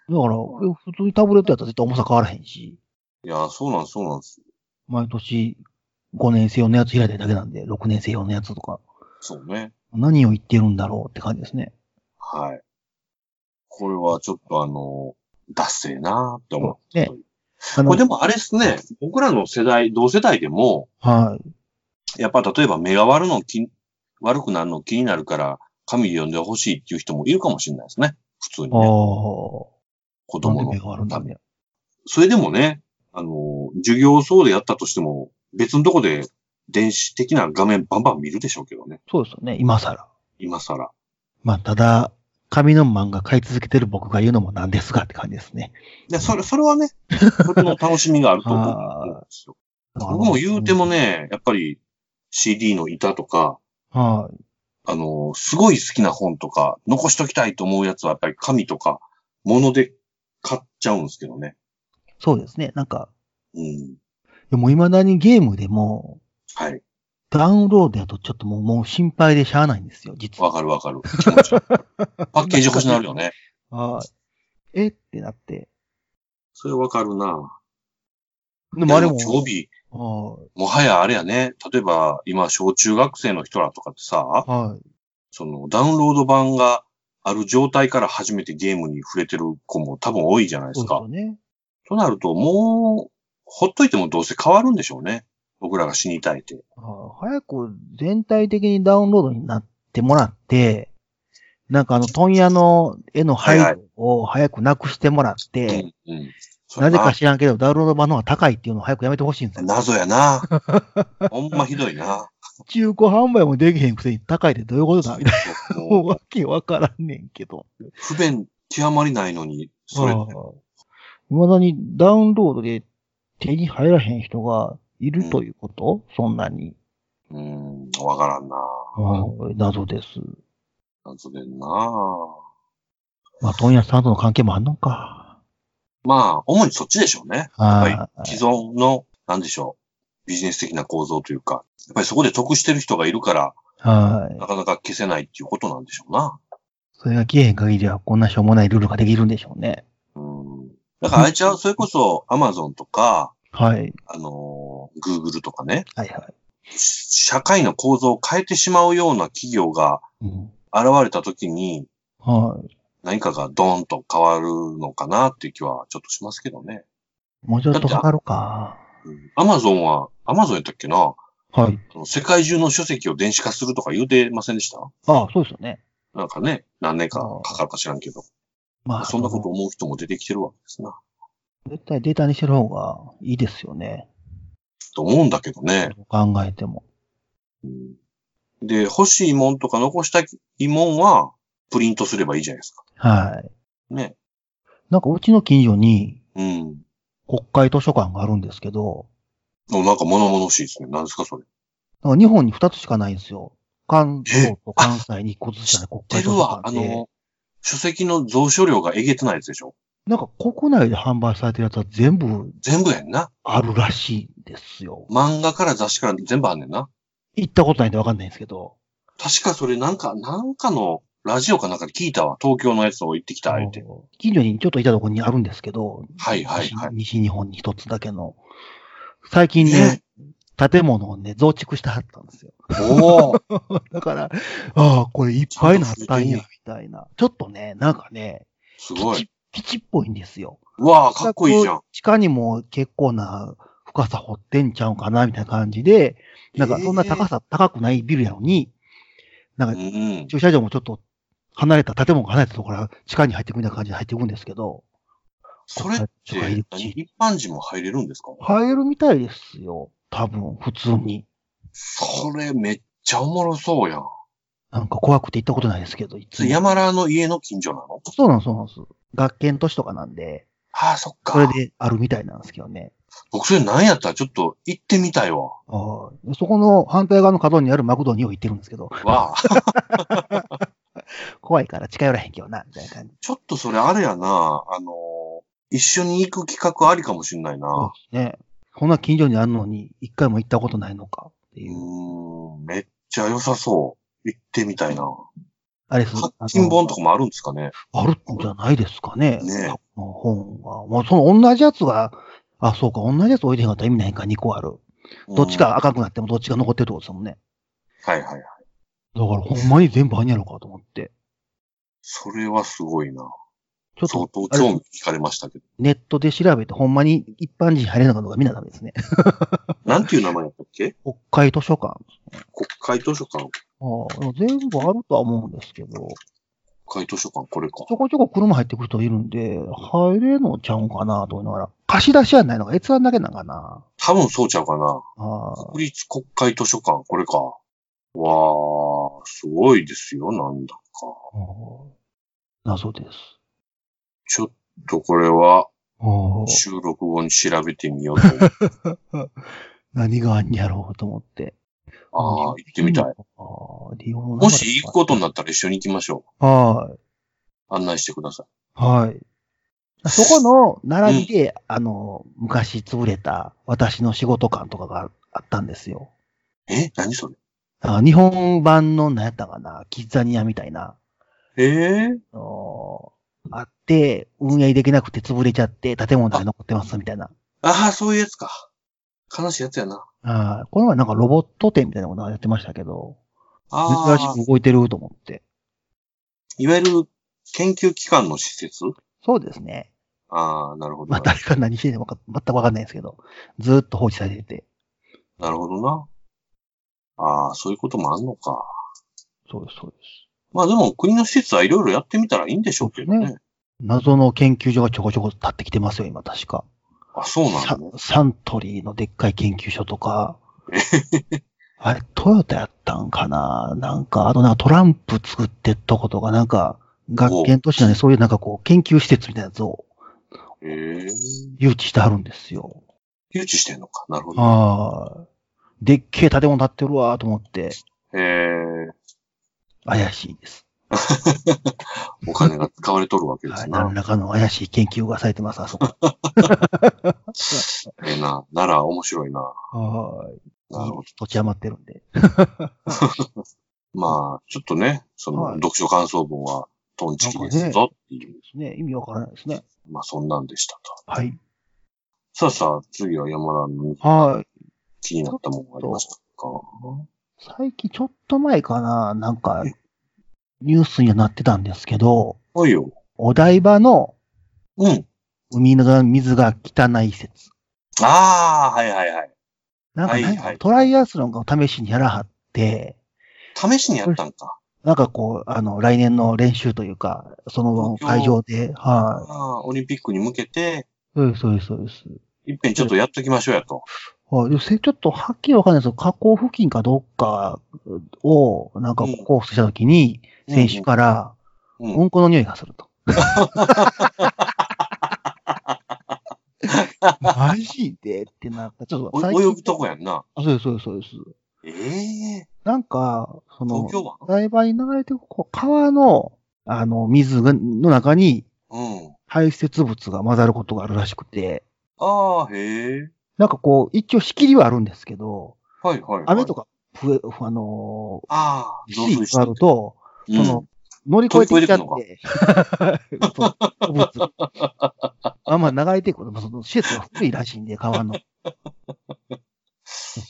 Speaker 2: 普通にタブレットやったら絶対重さ変わらへんし、
Speaker 1: いや、そうなんそうなんです。
Speaker 2: 毎年5年生用のやつ開いてるだけなんで、6年生用のやつとか、
Speaker 1: そうね。
Speaker 2: 何を言ってるんだろうって感じですね。
Speaker 1: はい。これはちょっとあの、脱線なって思う。
Speaker 2: ね。あ
Speaker 1: こ
Speaker 2: の
Speaker 1: れでもあれですね、僕らの世代、同世代でも、
Speaker 2: はい。
Speaker 1: やっぱ例えば目が悪の気、悪くなるの気になるから、紙で読んでほしいっていう人もいるかもしれないですね。普通に
Speaker 2: ああ
Speaker 1: ね、。子
Speaker 2: なん
Speaker 1: 供
Speaker 2: で目が
Speaker 1: の。
Speaker 2: あるんだね。
Speaker 1: それでもね、あの、授業そうでやったとしても、別のとこで電子的な画面バンバン見るでしょうけどね。
Speaker 2: そうですよね、今更。
Speaker 1: 今更。
Speaker 2: まあ、ただ、紙の漫画買い続けてる僕が言うのもなんですがって感じですね。
Speaker 1: で、それ、それは ね、それの楽しみがあると思
Speaker 2: あー
Speaker 1: うんですよ。僕も言うても。ね、やっぱり CD の板とか、
Speaker 2: はい。
Speaker 1: あの、すごい好きな本とか、残しときたいと思うやつはやっぱり紙とか、物で買っちゃうんですけどね。
Speaker 2: そうですね。なんか、
Speaker 1: うん。
Speaker 2: でも未だにゲームでも、
Speaker 1: はい。
Speaker 2: ダウンロードやとちょっともうもう心配でしゃあないんですよ、実
Speaker 1: わ
Speaker 2: は。
Speaker 1: かる わかる。気持ちわかるパッケージ欲しなるよね。
Speaker 2: はい。えってなって、
Speaker 1: それわかるな。
Speaker 2: でもあれも
Speaker 1: いや、常備、
Speaker 2: は
Speaker 1: もはやあれやね、例えば今、小中学生の人らとかってさ
Speaker 2: い、はい。
Speaker 1: そのダウンロード版がある状態から初めてゲームに触れてる子も多分多いじゃないで
Speaker 2: そう
Speaker 1: す
Speaker 2: です
Speaker 1: か。
Speaker 2: よね。
Speaker 1: となると、もう、ほっといてもどうせ変わるんでしょうね。僕らが死にたいって。
Speaker 2: はい早く全体的にダウンロードになってもらって、なんかあの、問屋の絵の配慮を早くなくしてもらって、
Speaker 1: うんうん。そ
Speaker 2: な
Speaker 1: れ
Speaker 2: ぜか知らんけど、ダウンロード版の方が高いっていうのを早くやめてほしいんですよ。
Speaker 1: 謎やな。ほんまひどいな。
Speaker 2: 中古販売もできへんくせに高いってどういうことだみたいな。も
Speaker 1: も
Speaker 2: う
Speaker 1: う
Speaker 2: わけわからんねんけど。
Speaker 1: 不便極まりないのに、それ。
Speaker 2: いまだにダウンロードで手に入らへん人がいるということ、そんなに。
Speaker 1: うん、わからんな。
Speaker 2: はい謎です。
Speaker 1: 謎でんな。
Speaker 2: まあ、問屋さんとの関係もあんのか。
Speaker 1: まあ、主にそっちでしょうね。やっぱり
Speaker 2: は
Speaker 1: 既存の、なんでしょう、ビジネス的な構造というか、やっぱりそこで得してる人がいるから、
Speaker 2: い。はい。
Speaker 1: なかなか消せないっていうことなんでしょうな。
Speaker 2: それが消えへん限りは、こんなしょうもないルールができるんでしょうね。
Speaker 1: うん。だからあいちゃん、それこそ Amazon とか、
Speaker 2: はい。
Speaker 1: あのー、Google とかね、
Speaker 2: はいはい。
Speaker 1: 社会の構造を変えてしまうような企業が
Speaker 2: うん、
Speaker 1: 現れた時に、
Speaker 2: はい。
Speaker 1: 何かがドーンと変わるのかなっていう気はちょっとしますけどね。
Speaker 2: もうちょっとかかるか。
Speaker 1: うん。Amazon は、Amazon やったっけな
Speaker 2: はい。
Speaker 1: あの世界中の書籍を電子化するとか言うてませんでした
Speaker 2: ああ、そうですよね。
Speaker 1: なんかね、何年か
Speaker 2: あー
Speaker 1: かかるか知らんけど、
Speaker 2: まあ、
Speaker 1: そんなこと思う人も出てきてるわけですな。
Speaker 2: 絶対データにしてる方がいいですよね。
Speaker 1: と思うんだけどね。
Speaker 2: 考えても。
Speaker 1: うんで、欲しいもんとか残したいもんは、プリントすればいいじゃないですか。
Speaker 2: はい。
Speaker 1: ね。
Speaker 2: なんかうちの近所に
Speaker 1: うん。
Speaker 2: 国会図書館があるんですけど、
Speaker 1: でもなんか物々しいですね。何ですかそれ。
Speaker 2: なんか日本に2つしかないんですよ。関東と関西に1個ずつしかない国
Speaker 1: 出
Speaker 2: 会図
Speaker 1: る
Speaker 2: 書
Speaker 1: わ。
Speaker 2: 館
Speaker 1: あ
Speaker 2: で。
Speaker 1: の、書籍の蔵書量がえげつないやつでしょ。
Speaker 2: なんか国内で販売されてるやつは全部
Speaker 1: 全部やんな。
Speaker 2: あるらしいですよ。
Speaker 1: 漫画から雑誌から全部あんねんな。
Speaker 2: 行ったことないんでわかんないんですけど。
Speaker 1: 確かそれなんか、なんかのラジオかなんかで聞いたわ。東京のやつを行ってきた、言うて。
Speaker 2: 近所にちょっといたところにあるんですけど、
Speaker 1: はいはいはい。
Speaker 2: 西西日本に一つだけの。最近
Speaker 1: ね
Speaker 2: ね、建物をね、増築してはったんですよ。
Speaker 1: おお。
Speaker 2: だから、ああ、これいっぱいなったんや、みたいな。ちょっとね、なんかね、
Speaker 1: す
Speaker 2: 基
Speaker 1: ごい
Speaker 2: 地。基地っぽいんですよ。
Speaker 1: うわあ、かっこいいじゃん。
Speaker 2: 地下にも結構な深さ掘ってんちゃうかな、みたいな感じで、なんかそんな高さ、高くないビルやのに、なん
Speaker 1: う
Speaker 2: か
Speaker 1: ん。
Speaker 2: 駐車場もちょっと離れた、建物が離れたところから地下に入っていくみたいな感じで入っていくんですけど、
Speaker 1: それっ
Speaker 2: 国会
Speaker 1: て
Speaker 2: 図、書
Speaker 1: 何
Speaker 2: 館
Speaker 1: 一般人も入れるんですか
Speaker 2: 入るみたいですよ。多分、普通に。
Speaker 1: それめっちゃおもろそうやん。
Speaker 2: なんか怖くて行ったことないですけど、い
Speaker 1: それ山良の家の近所なの
Speaker 2: そうなんです、そうなんです。学研都市とかなんで、
Speaker 1: ああ、そっ
Speaker 2: それ
Speaker 1: か。
Speaker 2: であるみたいなんですけどね。
Speaker 1: 僕それ何やったらちょっと行ってみたいわ。
Speaker 2: ああそこの反対側の角にあるマクドによう行ってるんですけど、
Speaker 1: わあ。
Speaker 2: 怖いから近寄らへんけどな、みたいな感じ。
Speaker 1: ちょっとそれあれやな。あのー、一緒に行く企画ありかもしんない
Speaker 2: そう
Speaker 1: な。
Speaker 2: ですね。こんな近所にあるのに、一回も行ったことないのかって
Speaker 1: う
Speaker 2: いう。
Speaker 1: ーん、めっちゃ良さそう。行ってみたいな。
Speaker 2: あれです。
Speaker 1: 発信本と
Speaker 2: か
Speaker 1: かもあるんですかね。
Speaker 2: あるんじゃないですかね。
Speaker 1: ねえ
Speaker 2: この本は。まあ、その同じやつが、あ、そうか、同じやつ置いてへんかったら意味ないんか、2個ある。どっちか赤くなってもどっちが残ってるってことですもんね。
Speaker 1: うん。はいはいはい。
Speaker 2: だからほんまに全部あんやろかと思って。
Speaker 1: それはすごいな。
Speaker 2: ちょっ
Speaker 1: 相当
Speaker 2: とあれ
Speaker 1: 興味惹かれましたけど。
Speaker 2: ネットで調べてほんまに一般人入れなかったのがみんなダメですね。
Speaker 1: なんていう名前やったっけ
Speaker 2: 北海図書館。
Speaker 1: 国会図書館。
Speaker 2: ああ、でも全部あるとは思うんですけど、
Speaker 1: 国会図書館これか
Speaker 2: ち。ょこちょこ車入ってくる人いるんで、入れんのちゃうんかなと思いながら。貸し出しはないのが閲覧だけなんかな。
Speaker 1: 多分そうちゃうかな。
Speaker 2: ああ、
Speaker 1: 国立国会図書館、これか。わー、すごいですよ、なんだか。
Speaker 2: 謎です。
Speaker 1: ちょっとこれは
Speaker 2: ああ
Speaker 1: 収録後に調べてみよう と思う。
Speaker 2: 何があんやろうと思って。
Speaker 1: ああ、行ってみたい。。
Speaker 2: ああ、利用の
Speaker 1: もし行くことに
Speaker 2: な
Speaker 1: なったら一緒に行きましょ
Speaker 2: は
Speaker 1: う。案内してください。
Speaker 2: い。はい。そこの並びで、あの、昔潰れた私の仕事感とかがあったんですよ。
Speaker 1: え何それ
Speaker 2: あ日本版の何やったかな、キッザニアみたいな、
Speaker 1: ええ
Speaker 2: あのあって、運営できなくて潰れちゃって、建物だけ残ってますみたいな。
Speaker 1: ああ、そういうやつか。悲しいやつやな。
Speaker 2: ああ、この前なんかロボット店みたいなことやってましたけど、珍
Speaker 1: ああ、
Speaker 2: しく動いてると思って。
Speaker 1: いわゆる研究機関の施設
Speaker 2: そうですね。
Speaker 1: ああ、なるほど。
Speaker 2: まあ誰が何してるのか全くわかんないですけど、ずーっと放置されてて。
Speaker 1: なるほどな。ああ、そういうこともあるのか。
Speaker 2: そうです、そうです。
Speaker 1: まあでも国の施設はいろいろやってみたらいいんでしょうけど
Speaker 2: そうで
Speaker 1: ね。
Speaker 2: 謎の研究所がちょこちょこ立ってきてますよ、今確か。
Speaker 1: あ、そうなんだ
Speaker 2: サ
Speaker 1: ね。
Speaker 2: サントリーのでっかい研究所 とか、あれ、トヨタやったんかななんか、あとなんかトランプ作ってっとことか、なんか、学研都市なんで、そういうなんかこう、研究施設みたいなやつを
Speaker 1: ええ
Speaker 2: 誘致してはるんですよ。
Speaker 1: 誘致してんのか。なるほど。
Speaker 2: ああ。でっけえ建物建ってるわーと思って、
Speaker 1: ええ
Speaker 2: 怪しいです。
Speaker 1: お金が使われとるわけで
Speaker 2: は
Speaker 1: す
Speaker 2: い。
Speaker 1: な
Speaker 2: 何。らかの怪しい研究がされてます、あそこ。
Speaker 1: ええな。なら面白いな。
Speaker 2: はい。
Speaker 1: なるほど。
Speaker 2: 土地余ってるんで。
Speaker 1: まあ、ちょっとね、その、
Speaker 2: はい
Speaker 1: 読書感想文は、トンチキですぞっていう、
Speaker 2: ですね。意味わからないですね。
Speaker 1: まあそんなんでしたと。
Speaker 2: はい。
Speaker 1: さあさあ、次は山田の
Speaker 2: はい。
Speaker 1: 気になったものがありましたか
Speaker 2: 最近ちょっと前かな、なんか、ニュースにはなってたんですけど、
Speaker 1: はいよ。
Speaker 2: お台場の
Speaker 1: うん。
Speaker 2: 海の水が汚い説。
Speaker 1: ああ、はいはいはい。
Speaker 2: なんか、
Speaker 1: はいはい
Speaker 2: なんかトライアスロンが試しにやらはって、
Speaker 1: 試しにやったんか。
Speaker 2: なんかこう、あの、来年の練習というか、その会場で、はい。
Speaker 1: ああ、オリンピックに向けて、
Speaker 2: そうです、そうです、そうです。
Speaker 1: いっぺんちょっとやっときましょうやと。
Speaker 2: はい、でせちょっとはっきりわかんないですけど、河口付近かどっかを、なんかこうコースしたときに、選手から、
Speaker 1: うんうん。
Speaker 2: うんこの匂いが すると。マジでってなった。ちょっと
Speaker 1: お
Speaker 2: 最近
Speaker 1: 泳ぐとこやんな。
Speaker 2: あそうです、そうです、そうです。
Speaker 1: ええ
Speaker 2: なんか、その
Speaker 1: 東、京湾
Speaker 2: 台場に流れてるこう川の、あの、水がの中に
Speaker 1: うん。
Speaker 2: 排泄物が混ざることがあるらしくて、
Speaker 1: ああ、へえ。
Speaker 2: なんかこう、一応仕切りはあるんですけど、
Speaker 1: はいはい、はい。
Speaker 2: 雨と
Speaker 1: か。
Speaker 2: か、ふえあの
Speaker 1: ああ、
Speaker 2: ー、
Speaker 1: 増
Speaker 2: 水
Speaker 1: 水して
Speaker 2: があると、
Speaker 1: う
Speaker 2: そ
Speaker 1: ん
Speaker 2: の、乗り越えてきちゃって、 そう汚物あんま流れてくる、その施設が古いらしいんで、川 の。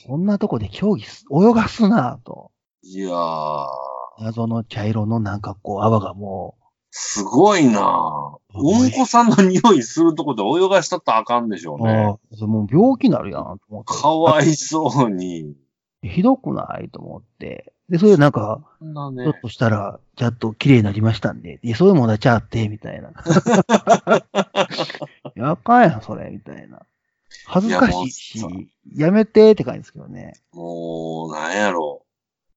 Speaker 2: こんなとこで競技す、泳がすなぁと。
Speaker 1: いやー、
Speaker 2: 謎の茶色のなんかこう泡がも
Speaker 1: すごいなぁ。うんこさんの匂いするとこで泳がしたったらあかんでしょ
Speaker 2: う、
Speaker 1: うね。
Speaker 2: ああもう病気になるやんと思って。
Speaker 1: かわいそうに。
Speaker 2: ひどくないと思って。で、それでなんか、
Speaker 1: そんな
Speaker 2: ちょ
Speaker 1: ね
Speaker 2: っ。としたら、ちゃんと綺麗になりましたんで、いや、そういうもんだちゃあって、みた いな。やあかんやん、それ、みたいな。恥ずかしいし、
Speaker 1: いや
Speaker 2: や
Speaker 1: もう
Speaker 2: めてって感じですけどね。
Speaker 1: もう、なんやろ。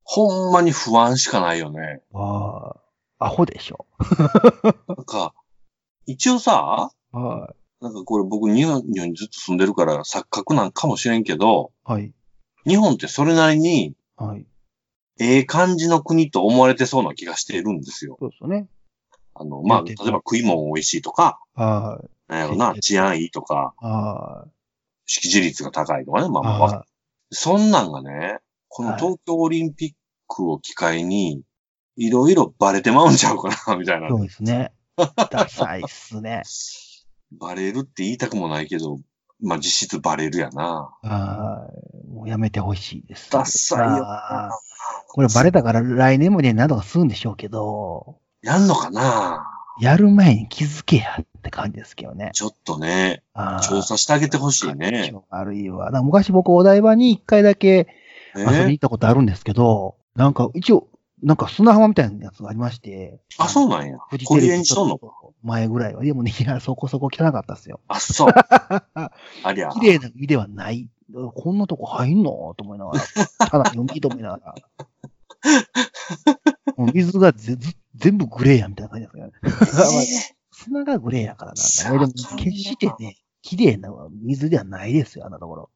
Speaker 1: ほんまに不安しかないよね。
Speaker 2: ああ、アホでしょ。
Speaker 1: なんか、一応さ、
Speaker 2: は
Speaker 1: なんかこれ僕日本にずっと住んでるから錯覚なんかもしれんけど、
Speaker 2: い。はい。
Speaker 1: 日本ってそれなりに、
Speaker 2: はい。
Speaker 1: ええ感じの国と思われてそうな気がしているんですよ。
Speaker 2: そうですよね。
Speaker 1: あの、まあ、
Speaker 2: 言
Speaker 1: 例
Speaker 2: う
Speaker 1: え
Speaker 2: て
Speaker 1: ば食い物美味しいとか、
Speaker 2: はい。
Speaker 1: なんやろな、治安いいとか、
Speaker 2: はい。
Speaker 1: 識字率が高いとかね、まあまあ、わか
Speaker 2: は
Speaker 1: そんなんがね、この東京オリンピックを機会に、いろいろバレてまうんちゃうかな、みたい
Speaker 2: い。
Speaker 1: な。
Speaker 2: そうですね。ダサいっすね。
Speaker 1: バレるって言いたくもないけど、まあ実質バレるやな。
Speaker 2: はい。もうやめてほしいです。
Speaker 1: ダサいよ
Speaker 2: ああこれバレたから来年もね、なんとかするんでしょうけど、
Speaker 1: やんのかな
Speaker 2: やる前に気づけやって感じですけどね。
Speaker 1: ちょっとね、
Speaker 2: ああ
Speaker 1: 調査してあげてほしいね。。
Speaker 2: 悪いわ。だから昔僕お台場に一回だけ
Speaker 1: え
Speaker 2: 遊びに行ったことあるんですけど、なんか一応、なんか砂浜みたいなやつがありまして。
Speaker 1: あ、そうなんや。
Speaker 2: フジ
Speaker 1: こ
Speaker 2: テ
Speaker 1: れ
Speaker 2: レ
Speaker 1: に
Speaker 2: ビ
Speaker 1: しとんの
Speaker 2: 前ぐらいは。でもね、いや、そこそこ汚かったですよ。
Speaker 1: あ、 そう。ありゃ。
Speaker 2: 綺麗な海ではない。こんなとこ入んのと思いながら。ただ、読みと思い ながら。もう水がぜず全部グレーやみたいな感じですからね。砂がグレーやから
Speaker 1: さあ
Speaker 2: なんだ。でも決してね、綺麗な水ではないですよ、あんなところ。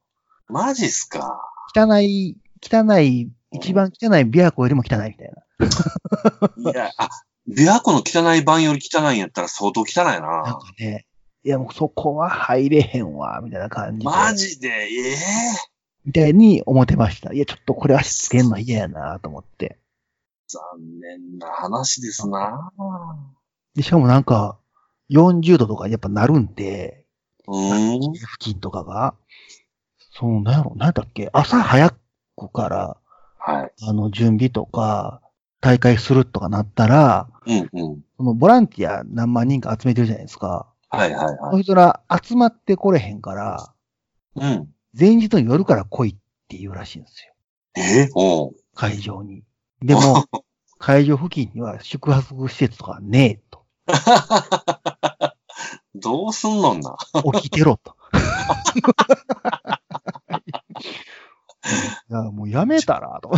Speaker 1: マジっすか。
Speaker 2: 汚い、汚い、一番汚い琵琶湖よりも汚いみたいな。
Speaker 1: いや、あ、琵琶湖の汚い版より汚いんやったら相当汚い
Speaker 2: なん
Speaker 1: な。
Speaker 2: かね、いやもうそこは入れへんわ、みたいな感じで。
Speaker 1: マジで、ええ
Speaker 2: みたいに思ってました。いや、ちょっとこれ足つけんの嫌やなと思って。
Speaker 1: 残念な話ですな。
Speaker 2: で、しかもなんか、 40度とかやっぱなるんで、
Speaker 1: うーん
Speaker 2: 付。近とかが。その、なんやろ、なんだっけ、朝早くから、
Speaker 1: はい。
Speaker 2: あの、準備とか、大会するとかなったら、
Speaker 1: うんうん。
Speaker 2: そのボランティア何万人か集めてるじゃないですか。
Speaker 1: はいはい
Speaker 2: そ
Speaker 1: は
Speaker 2: の
Speaker 1: い。
Speaker 2: 人ら集まってこれへんから、
Speaker 1: うん。
Speaker 2: 前日の夜から来いって言うらしいんですよ。
Speaker 1: えおう
Speaker 2: 会場に。でも、 会場付近には宿泊施設とかねえと。
Speaker 1: どうすんのんな。
Speaker 2: 起きてろと。いやもうやめた ら、と。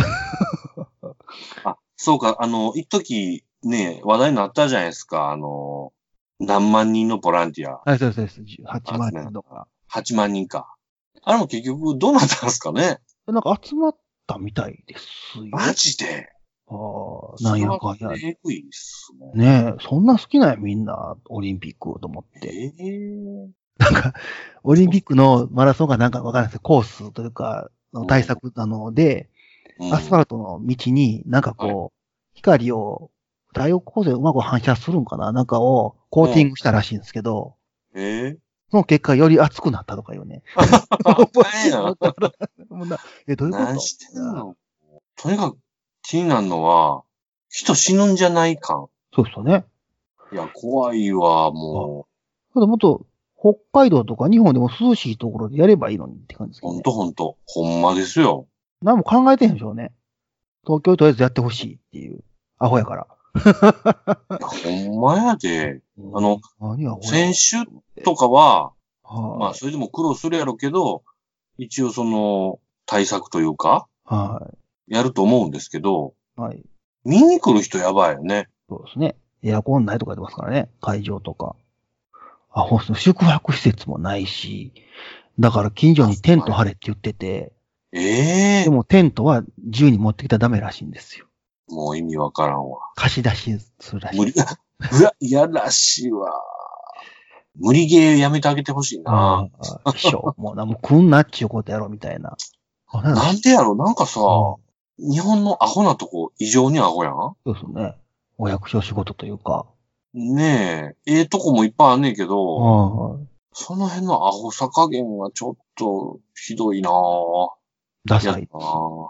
Speaker 1: あ、そうか、あの、一時ね、話題になったじゃないですか。あの、何万人のボランティア。
Speaker 2: はい、そうです、そうです。8万人とか。
Speaker 1: 8万人か。あれも結局どうなったんですかね
Speaker 2: なんか集まったみたいですよ。
Speaker 1: マジで。
Speaker 2: ああ、なんやかんや。
Speaker 1: えぐいっすね。
Speaker 2: ねえ、そんな好きなんや、みんな、オリンピックをと思って。
Speaker 1: えー、
Speaker 2: オリンピックのマラソンがなんかわからないですけどコースというか、の対策なので、アスファ
Speaker 1: ル
Speaker 2: ルトの道になんかこう、光を、太陽光線をうまく反射するんかななんかをコーティングしたらしいんですけど、
Speaker 1: ト。 え
Speaker 2: その結果より熱くなったとか いうね。
Speaker 1: ー、お前やん。
Speaker 2: もうな え、どういうこと
Speaker 1: 何してんのとにかく気になるのは、人死ぬんじゃない感。
Speaker 2: そうですよね。
Speaker 1: いや、怖いわ、も
Speaker 2: ただもっと、北海道とか日本でも涼しいところでやればいいのにって感じです
Speaker 1: う。
Speaker 2: けど、
Speaker 1: ほん
Speaker 2: ね。
Speaker 1: とほんと。ほんまですよ。
Speaker 2: 何も考えてへんでしょうね。東京とりあえずやってほしいっていう。アホやから。
Speaker 1: いやほんまやで。あの、
Speaker 2: 何アホや。
Speaker 1: 先週とかは、ま
Speaker 2: は
Speaker 1: あ、それでも苦労するやろうけど、一応その、対策というか、
Speaker 2: い。は
Speaker 1: やると思うんですけど、
Speaker 2: い。はい。
Speaker 1: 見に来る人やばいよね。
Speaker 2: そうですね。エアコンないとか言ってますからね。会場とか。あ、ほんと宿泊施設もないし。だから近所にテント張れって言ってて、
Speaker 1: ええ
Speaker 2: でもテントは自由に持ってきたらダメらしいんですよ。
Speaker 1: もう意味わからんわ。
Speaker 2: 貸し出しするらしい。
Speaker 1: 無理、 うわ、いやらしいわ。無理ゲーやめてあげてほしいな。
Speaker 2: あ、師匠、もうな、もう来んなっちゅうことやろ、みたいな。あなん
Speaker 1: なんでやろなんかさ、
Speaker 2: そ
Speaker 1: 日本のアホなとこ異常にアホやん
Speaker 2: うですね。お役所仕事というか。
Speaker 1: ねえ、ええとこもいっぱいあんねんけど、
Speaker 2: うん。
Speaker 1: その辺のアホさ加減はちょっとひどいなぁ。
Speaker 2: ダ
Speaker 1: や
Speaker 2: サ
Speaker 1: だ
Speaker 2: い
Speaker 1: な。ぁ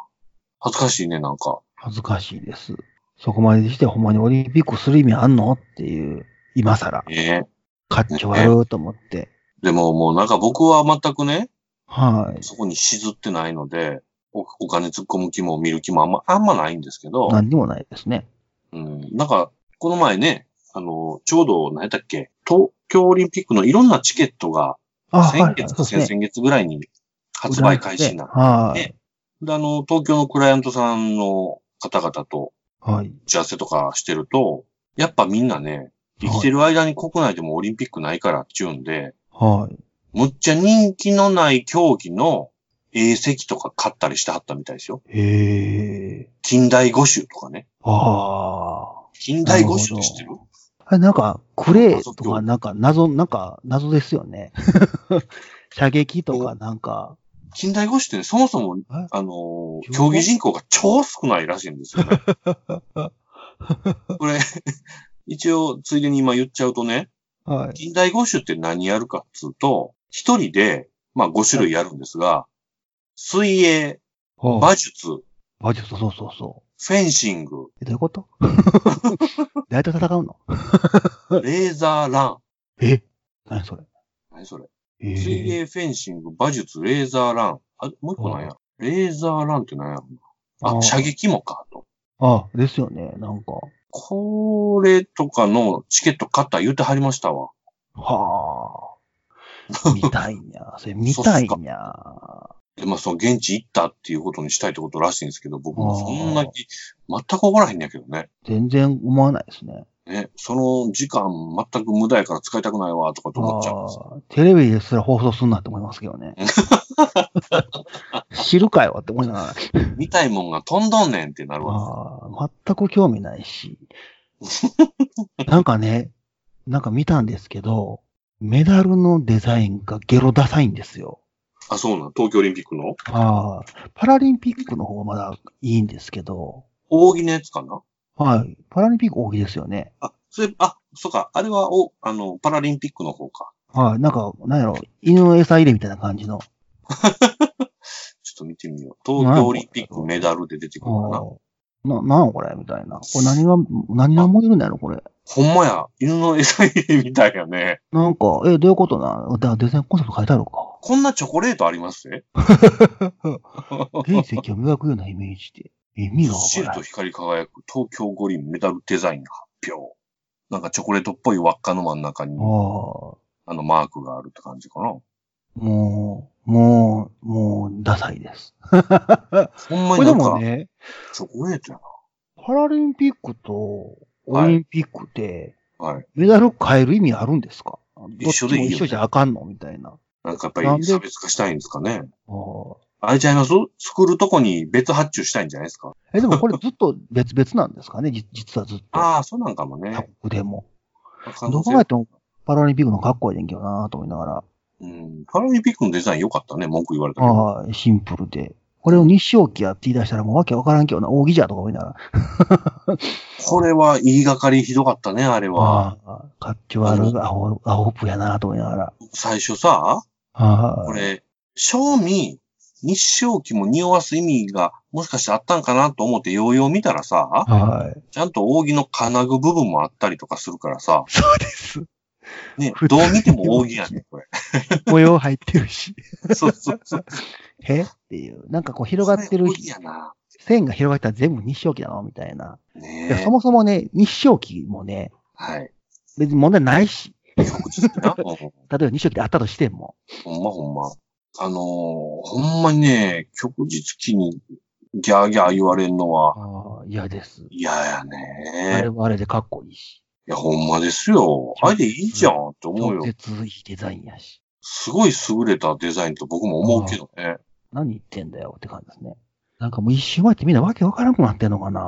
Speaker 1: 恥ずかしいね、なんか。
Speaker 2: 恥ずかしいです。そこまでして、ほんまにオリンピックする意味あんのっていう、今更。
Speaker 1: ええ
Speaker 2: かっちょ悪いと思って。
Speaker 1: でももうなんか僕は全くね、
Speaker 2: はい。
Speaker 1: そこにしずってないので、おお金突っ込む気も見る気もあんま、あんまないんですけど、
Speaker 2: 何にもないですね。
Speaker 1: うん、なんか、この前ね、あの、ちょうど、何やったっけ、東京オリンピックのいろんなチケットが、
Speaker 2: あ、は
Speaker 1: 先
Speaker 2: い。
Speaker 1: 月
Speaker 2: そ
Speaker 1: か先
Speaker 2: うですね。
Speaker 1: 々月ぐらいに発売開始になって、
Speaker 2: はい。
Speaker 1: ねで、あの、東京のクライアントさんの方々と
Speaker 2: はい。
Speaker 1: 打ち合わせとかしてると、やっぱみんなね、生きてる間に国内でもオリンピックないからっていうんで、
Speaker 2: はい。
Speaker 1: むっちゃ人気のない競技の A 席とか買ったりしてはったみたいですよ。
Speaker 2: へえ。
Speaker 1: 近代五種とかね。
Speaker 2: ああ。
Speaker 1: 近代五種って知ってる
Speaker 2: あれ、なんか、クレーとか、なんか、謎、なんか、謎ですよ ね。射撃とか、なんか、
Speaker 1: 近代五種ってね、そもそも
Speaker 2: え、
Speaker 1: あのー
Speaker 2: 15
Speaker 1: 競技人口が超少ないらしいんですよ ね。これ、一応、ついでに今言っちゃうとね、
Speaker 2: はい。
Speaker 1: 近代五種って何やるかっつうと、一人で、まあ5種類やるんですが、水泳、
Speaker 2: 馬
Speaker 1: 馬術、フ
Speaker 2: 馬術、そうそうそ
Speaker 1: ェンシング、
Speaker 2: う。え、どういうこと 誰と戦うの
Speaker 1: レーザーラン。
Speaker 2: え何それ
Speaker 1: 何それ
Speaker 2: えー
Speaker 1: 水泳、フェンシング、馬術、レーザーラン。あ、もう一個なんやレーザーランって何やろ
Speaker 2: あ
Speaker 1: あ、
Speaker 2: ー
Speaker 1: 射撃もかと。
Speaker 2: あ、ですよね、なんか。
Speaker 1: これとかのチケット買った言うてはりましたわ。
Speaker 2: はあ。見たいにゃ。それ見たいにゃ。
Speaker 1: で、まあ、その現地行ったっていうことにしたいってことらしいんですけど、僕も
Speaker 2: あー
Speaker 1: そんな気、全くわからへんねやけどね。
Speaker 2: 全然思わないですね。
Speaker 1: ね、その時間全く無駄やから使いたくないわ、とかと思っちゃうんですよ。
Speaker 2: ああ、テレビですら放送すんなって思いますけど ね。知るかよって思いながら。
Speaker 1: 見たいもんが飛んどんねんってなるわ。
Speaker 2: ああ、全く興味ない し。なんかね、なんか見たんですけど、メダルのデザインがゲロダサいんですよ。
Speaker 1: あ、そうなん。東京オリンピックの
Speaker 2: ああ、パラリンピックの方がまだいいんですけど、
Speaker 1: 扇のやつかな
Speaker 2: はい。パラリンピック大きいですよね。
Speaker 1: あ、それ、あ、そうか、あれは、お、あの、パラリンピックの方か。
Speaker 2: はい、なんか、なんやろ、犬の餌入れみたいな感じの。
Speaker 1: ちょっと見てみよう。東京オリンピックメダルで出てくるかな。
Speaker 2: な、なんこれみたいな。これ何が、何がモデルなんやろ、これ。
Speaker 1: ほんまや、犬の餌入れみたいや ね。
Speaker 2: なんか、え、どういうことなんだデザインコンセプト変えたの か。
Speaker 1: こんなチョコレートありますね。
Speaker 2: 原石を磨くようなイメージで。意味
Speaker 1: ずっ
Speaker 2: がわ
Speaker 1: しり
Speaker 2: から
Speaker 1: と
Speaker 2: ん。
Speaker 1: 光り輝く東京五輪メダルデザイン発表。なんかチョコレートっぽい輪っかの真ん中に
Speaker 2: ああ、、も
Speaker 1: あのマークがあるって感じかな。
Speaker 2: う、もう、もう、ダサいです。
Speaker 1: ほんま
Speaker 2: こ
Speaker 1: に
Speaker 2: れで
Speaker 1: なん
Speaker 2: も
Speaker 1: か、
Speaker 2: ね、
Speaker 1: チョコレートや
Speaker 2: パラリンピックとオリンピックって、
Speaker 1: な。はい。
Speaker 2: メダル変える意味あるんですか
Speaker 1: 一緒でいいよ
Speaker 2: どっちも一緒じゃあかんのみたいな。
Speaker 1: なんかやっぱ
Speaker 2: なん
Speaker 1: り
Speaker 2: で
Speaker 1: 差別化したいんですかね。
Speaker 2: あー
Speaker 1: あれちゃいます作るとこに別発注したいんじゃないですか。
Speaker 2: え、でもこれずっと別々なんですかねじ実はずっと。
Speaker 1: ああ、そうなんかも
Speaker 2: 他
Speaker 1: ね。
Speaker 2: 国でも。
Speaker 1: 可能
Speaker 2: どこ
Speaker 1: 性
Speaker 2: までもパラリンピックのかっこいいねんけどなと思いながら。
Speaker 1: うん。パラリンピックのデザイン良かったね、文句言われたけど。
Speaker 2: ああ、シンプルで。これを日照期やって言い出したらもうわけわからんけどな、扇じゃとか思いながら。
Speaker 1: これは言いがかりひどかったね、あれは。
Speaker 2: ああ、かっちょ悪い、アホ、アホっぽいやなと思いながら。
Speaker 1: 最初さ、
Speaker 2: あ
Speaker 1: こ
Speaker 2: あ、
Speaker 1: れ、賞味、日照期も匂わす意味がもしかしてあったんかなと思ってようよう見たらさ、
Speaker 2: はい。
Speaker 1: ちゃんと扇の金具部分もあったりとかするからさ、
Speaker 2: そうです。
Speaker 1: ね
Speaker 2: 普、通
Speaker 1: ど
Speaker 2: に
Speaker 1: う見ても扇やねこ れ。
Speaker 2: 模様入ってるし。
Speaker 1: そうそうそう。
Speaker 2: へっていう。なんかこう広がってる
Speaker 1: これ、扇やな。
Speaker 2: 線が広がったら全部日照期だなみたいな。い
Speaker 1: ね
Speaker 2: や
Speaker 1: え
Speaker 2: そ。もそもね、日照期もね、
Speaker 1: はい。
Speaker 2: 別に問題ないし。
Speaker 1: 局地的な。うん
Speaker 2: 例えば日照期であったとしても。
Speaker 1: ほんまほんま。あのーほんまにね、旭日期にギャーギャー言われるのは
Speaker 2: ああ、嫌です。
Speaker 1: 嫌や
Speaker 2: あれ
Speaker 1: ね。
Speaker 2: はあれでかっこいいし。
Speaker 1: いや、ほんまですよ。あれでいいじゃんって思う
Speaker 2: 超
Speaker 1: よ。
Speaker 2: 絶いいデザインやし。
Speaker 1: すごい優れたデザインと僕も思うけどね。
Speaker 2: 何言ってんだよって感じですね。なんかもう一周前ってみんなわけわからなくなってんのかな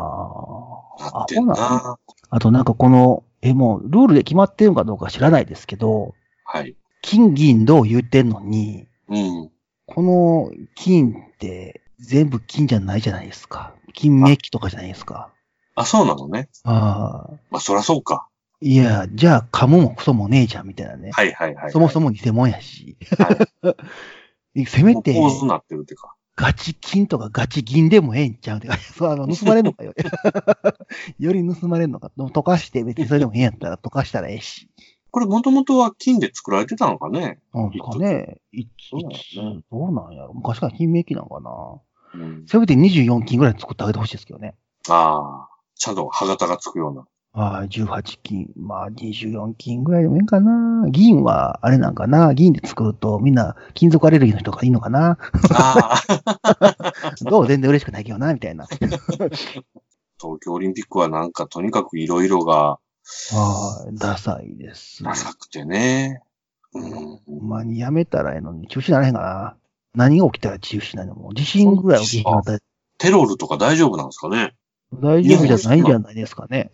Speaker 1: な
Speaker 2: あ
Speaker 1: ってん
Speaker 2: の
Speaker 1: な。
Speaker 2: あとなんかこの、え、もうルールで決まってるのかどうか知らないですけど、
Speaker 1: はい。
Speaker 2: 金銀銅言ってんのに、
Speaker 1: うん。
Speaker 2: この金って全部金じゃないじゃないですか。金メッキとかじゃないですか。
Speaker 1: あ、そうなのね。
Speaker 2: ああ。
Speaker 1: まあ、そらそうか。
Speaker 2: いや、じゃあカモもクソもねえじゃんみたいなね。
Speaker 1: はいはいはい。
Speaker 2: そもそ
Speaker 1: も。
Speaker 2: も偽物やし。
Speaker 1: は
Speaker 2: せめ
Speaker 1: もう
Speaker 2: て、
Speaker 1: 構図になってるってか。
Speaker 2: ガチ金とかガチ銀でも ええんちゃうてか、そう、あの、盗まれんのかよ。 より盗まれんのか。でも溶かして、別にそれでもええんやったら溶かしたらええし。
Speaker 1: これもともとは金で作られてたのかね。
Speaker 2: なんかね、いつ、
Speaker 1: そうだ
Speaker 2: いつ
Speaker 1: よね
Speaker 2: どうなんやろ。昔から金名機なんかな。
Speaker 1: うん。
Speaker 2: せめて24金ぐらい作ってあげてほしいですけどね。
Speaker 1: ああ。ちゃんと歯型がつくよう な。
Speaker 2: はい、18金。まあ、24金ぐらいでもええんかな。銀は、あれなんかな。銀で作ると、みんな、金属アレルギーの人がいいのかな。
Speaker 1: ああ。
Speaker 2: どう全然嬉しくないけどな、みたいな。
Speaker 1: 東京オリンピックはなんかとにかくいろいろが
Speaker 2: はい、ダサいです。
Speaker 1: ダサくてね。うん。
Speaker 2: ほんまにやめたらええのに、中止ならへんかな。何が起きたら中止しないのもう地震ぐらい起きへんかったら
Speaker 1: テロルとか大丈夫なんですか ね
Speaker 2: 大丈夫じゃないんじゃないですかね。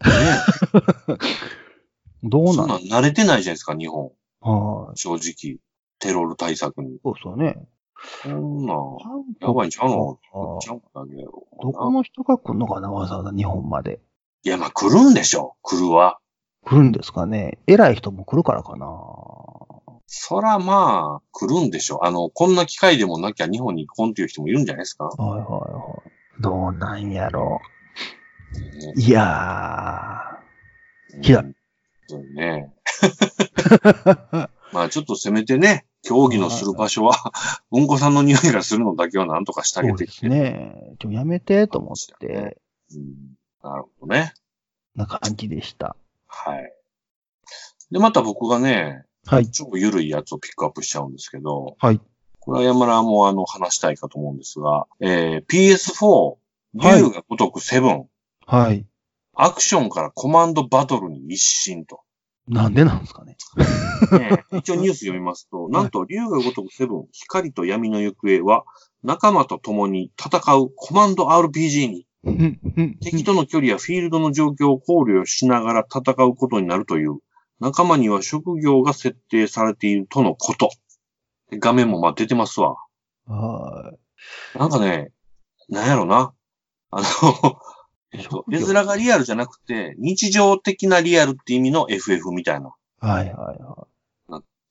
Speaker 2: どう
Speaker 1: そ
Speaker 2: なんん
Speaker 1: なん慣れてないじゃないですか、日本。
Speaker 2: はい。
Speaker 1: 正直。テロル対策に。
Speaker 2: そうそうね。
Speaker 1: そんなん。や
Speaker 2: 韓
Speaker 1: ばい
Speaker 2: 国
Speaker 1: んちゃうの
Speaker 2: あ
Speaker 1: ちゃうんだけどな。
Speaker 2: どこの人が来るのかな、わざわざ日本まで。
Speaker 1: いや、まあ来るんでしょ。来るわ。
Speaker 2: 来るんですかね。偉い人も来るからかな。
Speaker 1: そらまあ、来るんでしょ。あの、こんな機会でもなきゃ日本に来んっていう人もいるんじゃないですか。
Speaker 2: はいはいはい。どうなんやろ
Speaker 1: ね
Speaker 2: う。いやひどい。
Speaker 1: うんね。
Speaker 2: ー。
Speaker 1: まあちょっとせめてね、競技のする場所は、うんこさんの匂いがするのだけはなんとかしてあげ
Speaker 2: そう
Speaker 1: て
Speaker 2: で
Speaker 1: き
Speaker 2: す
Speaker 1: て。
Speaker 2: ね。ちょ、やめて、と思って、
Speaker 1: うんなるほどね。
Speaker 2: な感じでした。
Speaker 1: はい。で、また僕がね、
Speaker 2: はい。
Speaker 1: 超緩いやつをピックアップしちゃうんですけど、
Speaker 2: はい。
Speaker 1: これは山田もあの話したいかと思うんですが、えー、PS4、
Speaker 2: はい
Speaker 1: 竜が如く7、
Speaker 2: はい。
Speaker 1: アクションからコマンドバトルに一新と。
Speaker 2: なんでなんですかね。
Speaker 1: ね 一応ニュース読みますと、なんと、竜が如くセブン、光と闇の行方は、仲間と共に戦うコマンド RPG に、敵との距離やフィールドの状況を考慮しながら戦うことになるという、仲間には職業が設定されているとのこと。で画面もまあ出てますわ。
Speaker 2: は
Speaker 1: なんかね、なんやろな。あの、えっと、絵面がリアルじゃなくて、日常的なリアルって意味の FF みたいな、っ
Speaker 2: はいはいは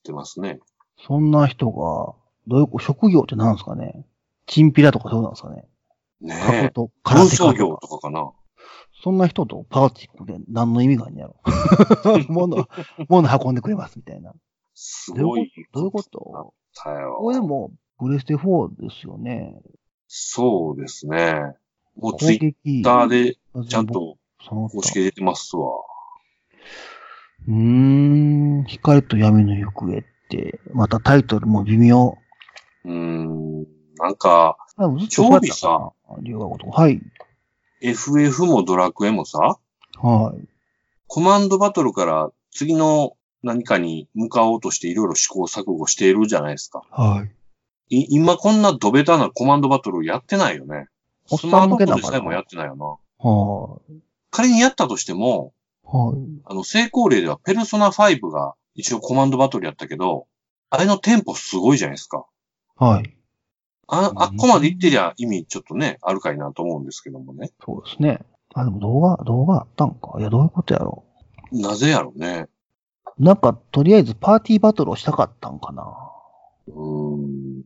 Speaker 1: てますね。
Speaker 2: い。そんな人が、どういう、職業って何ですかねチンピラとかそうなんですかね過去
Speaker 1: ねえ。
Speaker 2: と、
Speaker 1: 空
Speaker 2: 空
Speaker 1: 想
Speaker 2: 手家
Speaker 1: 業
Speaker 2: とか
Speaker 1: とかかな。
Speaker 2: そんな人とパーティー組んで何の意味があんね やろ。物、物運んでくれますみたいな。
Speaker 1: す
Speaker 2: ど
Speaker 1: ご
Speaker 2: ういう
Speaker 1: い
Speaker 2: ことどういうこ
Speaker 1: だっ
Speaker 2: と
Speaker 1: たよ。
Speaker 2: これでも、プレステ4ですよね。
Speaker 1: そうですね。もう
Speaker 2: 攻
Speaker 1: ツイッ
Speaker 2: 撃。ツ
Speaker 1: ターでちゃん、と
Speaker 2: その他
Speaker 1: 公式で出てますわ。
Speaker 2: うーん、光と闇の行方って、またタイトルも微妙。
Speaker 1: うーん。なんか、
Speaker 2: あずっと
Speaker 1: 調
Speaker 2: そうやっ
Speaker 1: 理
Speaker 2: た
Speaker 1: さ
Speaker 2: かな。龍河如くはい。
Speaker 1: FF もドラクエもさ、
Speaker 2: はい。
Speaker 1: コマンドバトルから次の何かに向かおうとしていろいろ試行錯誤しているじゃないですか。
Speaker 2: はい。
Speaker 1: い今こんなドベタなコマンドバトルやってないよね。
Speaker 2: おっ
Speaker 1: スマ
Speaker 2: さ
Speaker 1: ー
Speaker 2: ん
Speaker 1: トフ
Speaker 2: 向け
Speaker 1: ォン
Speaker 2: だ
Speaker 1: で
Speaker 2: か
Speaker 1: さえ
Speaker 2: ら。
Speaker 1: もやってないよな。
Speaker 2: はい。
Speaker 1: 仮にやったとしても、
Speaker 2: はい。
Speaker 1: あの、成功例ではペルソナ5が一応コマンドバトルやったけど、あれのテンポすごいじゃないですか。
Speaker 2: はい。
Speaker 1: あ、あっ
Speaker 2: うん
Speaker 1: こまで行ってりゃ意味ちょっとね、あるかいなと思うんですけどもね。
Speaker 2: そうですね。あ、でも動画、動画あったんか。いや、どういうことやろ
Speaker 1: なぜやろうね。
Speaker 2: う。なんか、とりあえずパーティーバトルをしたかったんかな。
Speaker 1: うーん。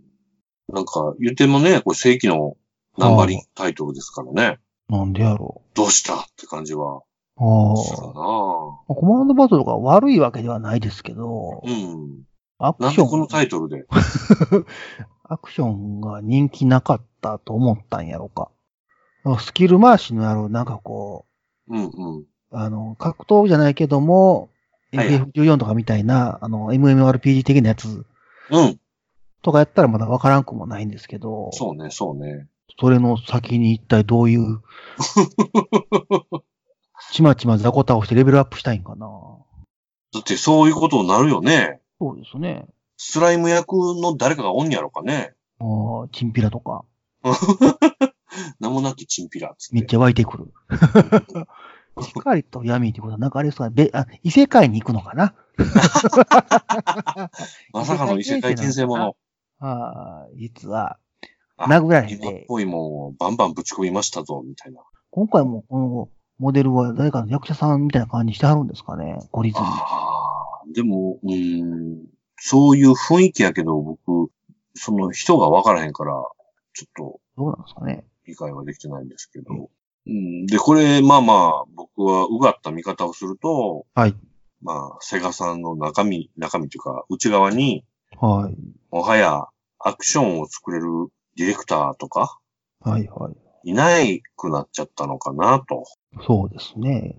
Speaker 1: なんか、言ってもね、これ正規のナンバリングタイトルですからね。
Speaker 2: なんでやろ
Speaker 1: どうしたって感じは
Speaker 2: う。あ
Speaker 1: するか
Speaker 2: あ。
Speaker 1: な。
Speaker 2: コマンドバトルが悪いわけではないですけど、
Speaker 1: うん。
Speaker 2: ア
Speaker 1: な
Speaker 2: ク
Speaker 1: ん
Speaker 2: シ
Speaker 1: でこ
Speaker 2: ョ
Speaker 1: の
Speaker 2: ン、
Speaker 1: タイトルで。
Speaker 2: アクションが人気なかったと思ったんやろか。スキル回しのやろう、なんかこ
Speaker 1: うんうん。
Speaker 2: う、あの、格闘じゃないけども、
Speaker 1: はいはい
Speaker 2: FF14 とかみたいな、あの、MMORPG 的なやつ
Speaker 1: うん。
Speaker 2: とかやったらまだわからんくもないんですけど、
Speaker 1: そうね、そうね。
Speaker 2: それの先に一体どう いう、ちまちま雑魚倒してレベルアップしたいんかな。
Speaker 1: だってそういうことになるよね。
Speaker 2: そうですね。
Speaker 1: スライム役の誰かがおんやろかね。
Speaker 2: あーチンピラとか、
Speaker 1: 名もなきチンピラっつ
Speaker 2: め
Speaker 1: っ。
Speaker 2: ってちゃ湧いて くる。光と闇ってことは、なんかあれですか、べあ異世界に行くのかな
Speaker 1: まさかの異世界転生もの。
Speaker 2: あー実は、
Speaker 1: あ
Speaker 2: 殴られ、
Speaker 1: 今ってぽいもんをバンバンぶち込みましたぞ、みたいな。
Speaker 2: 今回もこのモデルは誰かの役者さんみたいな感じにしてはるんですかね、ゴリズム。
Speaker 1: ああ、でも、うーん、そういう雰囲気やけど、僕、その人がわからへんから、ちょっと
Speaker 2: どうなんですかね。
Speaker 1: 理解はできてないんですけど。うん、で、これ、まあまあ、僕はうがった見方をすると、
Speaker 2: はい。
Speaker 1: まあ、セガさんの中身、中身というか、内側に、
Speaker 2: はい。
Speaker 1: もはやアクションを作れるディレクターとか、
Speaker 2: はいはい。
Speaker 1: いないくなっちゃったのかなと。
Speaker 2: そうですね。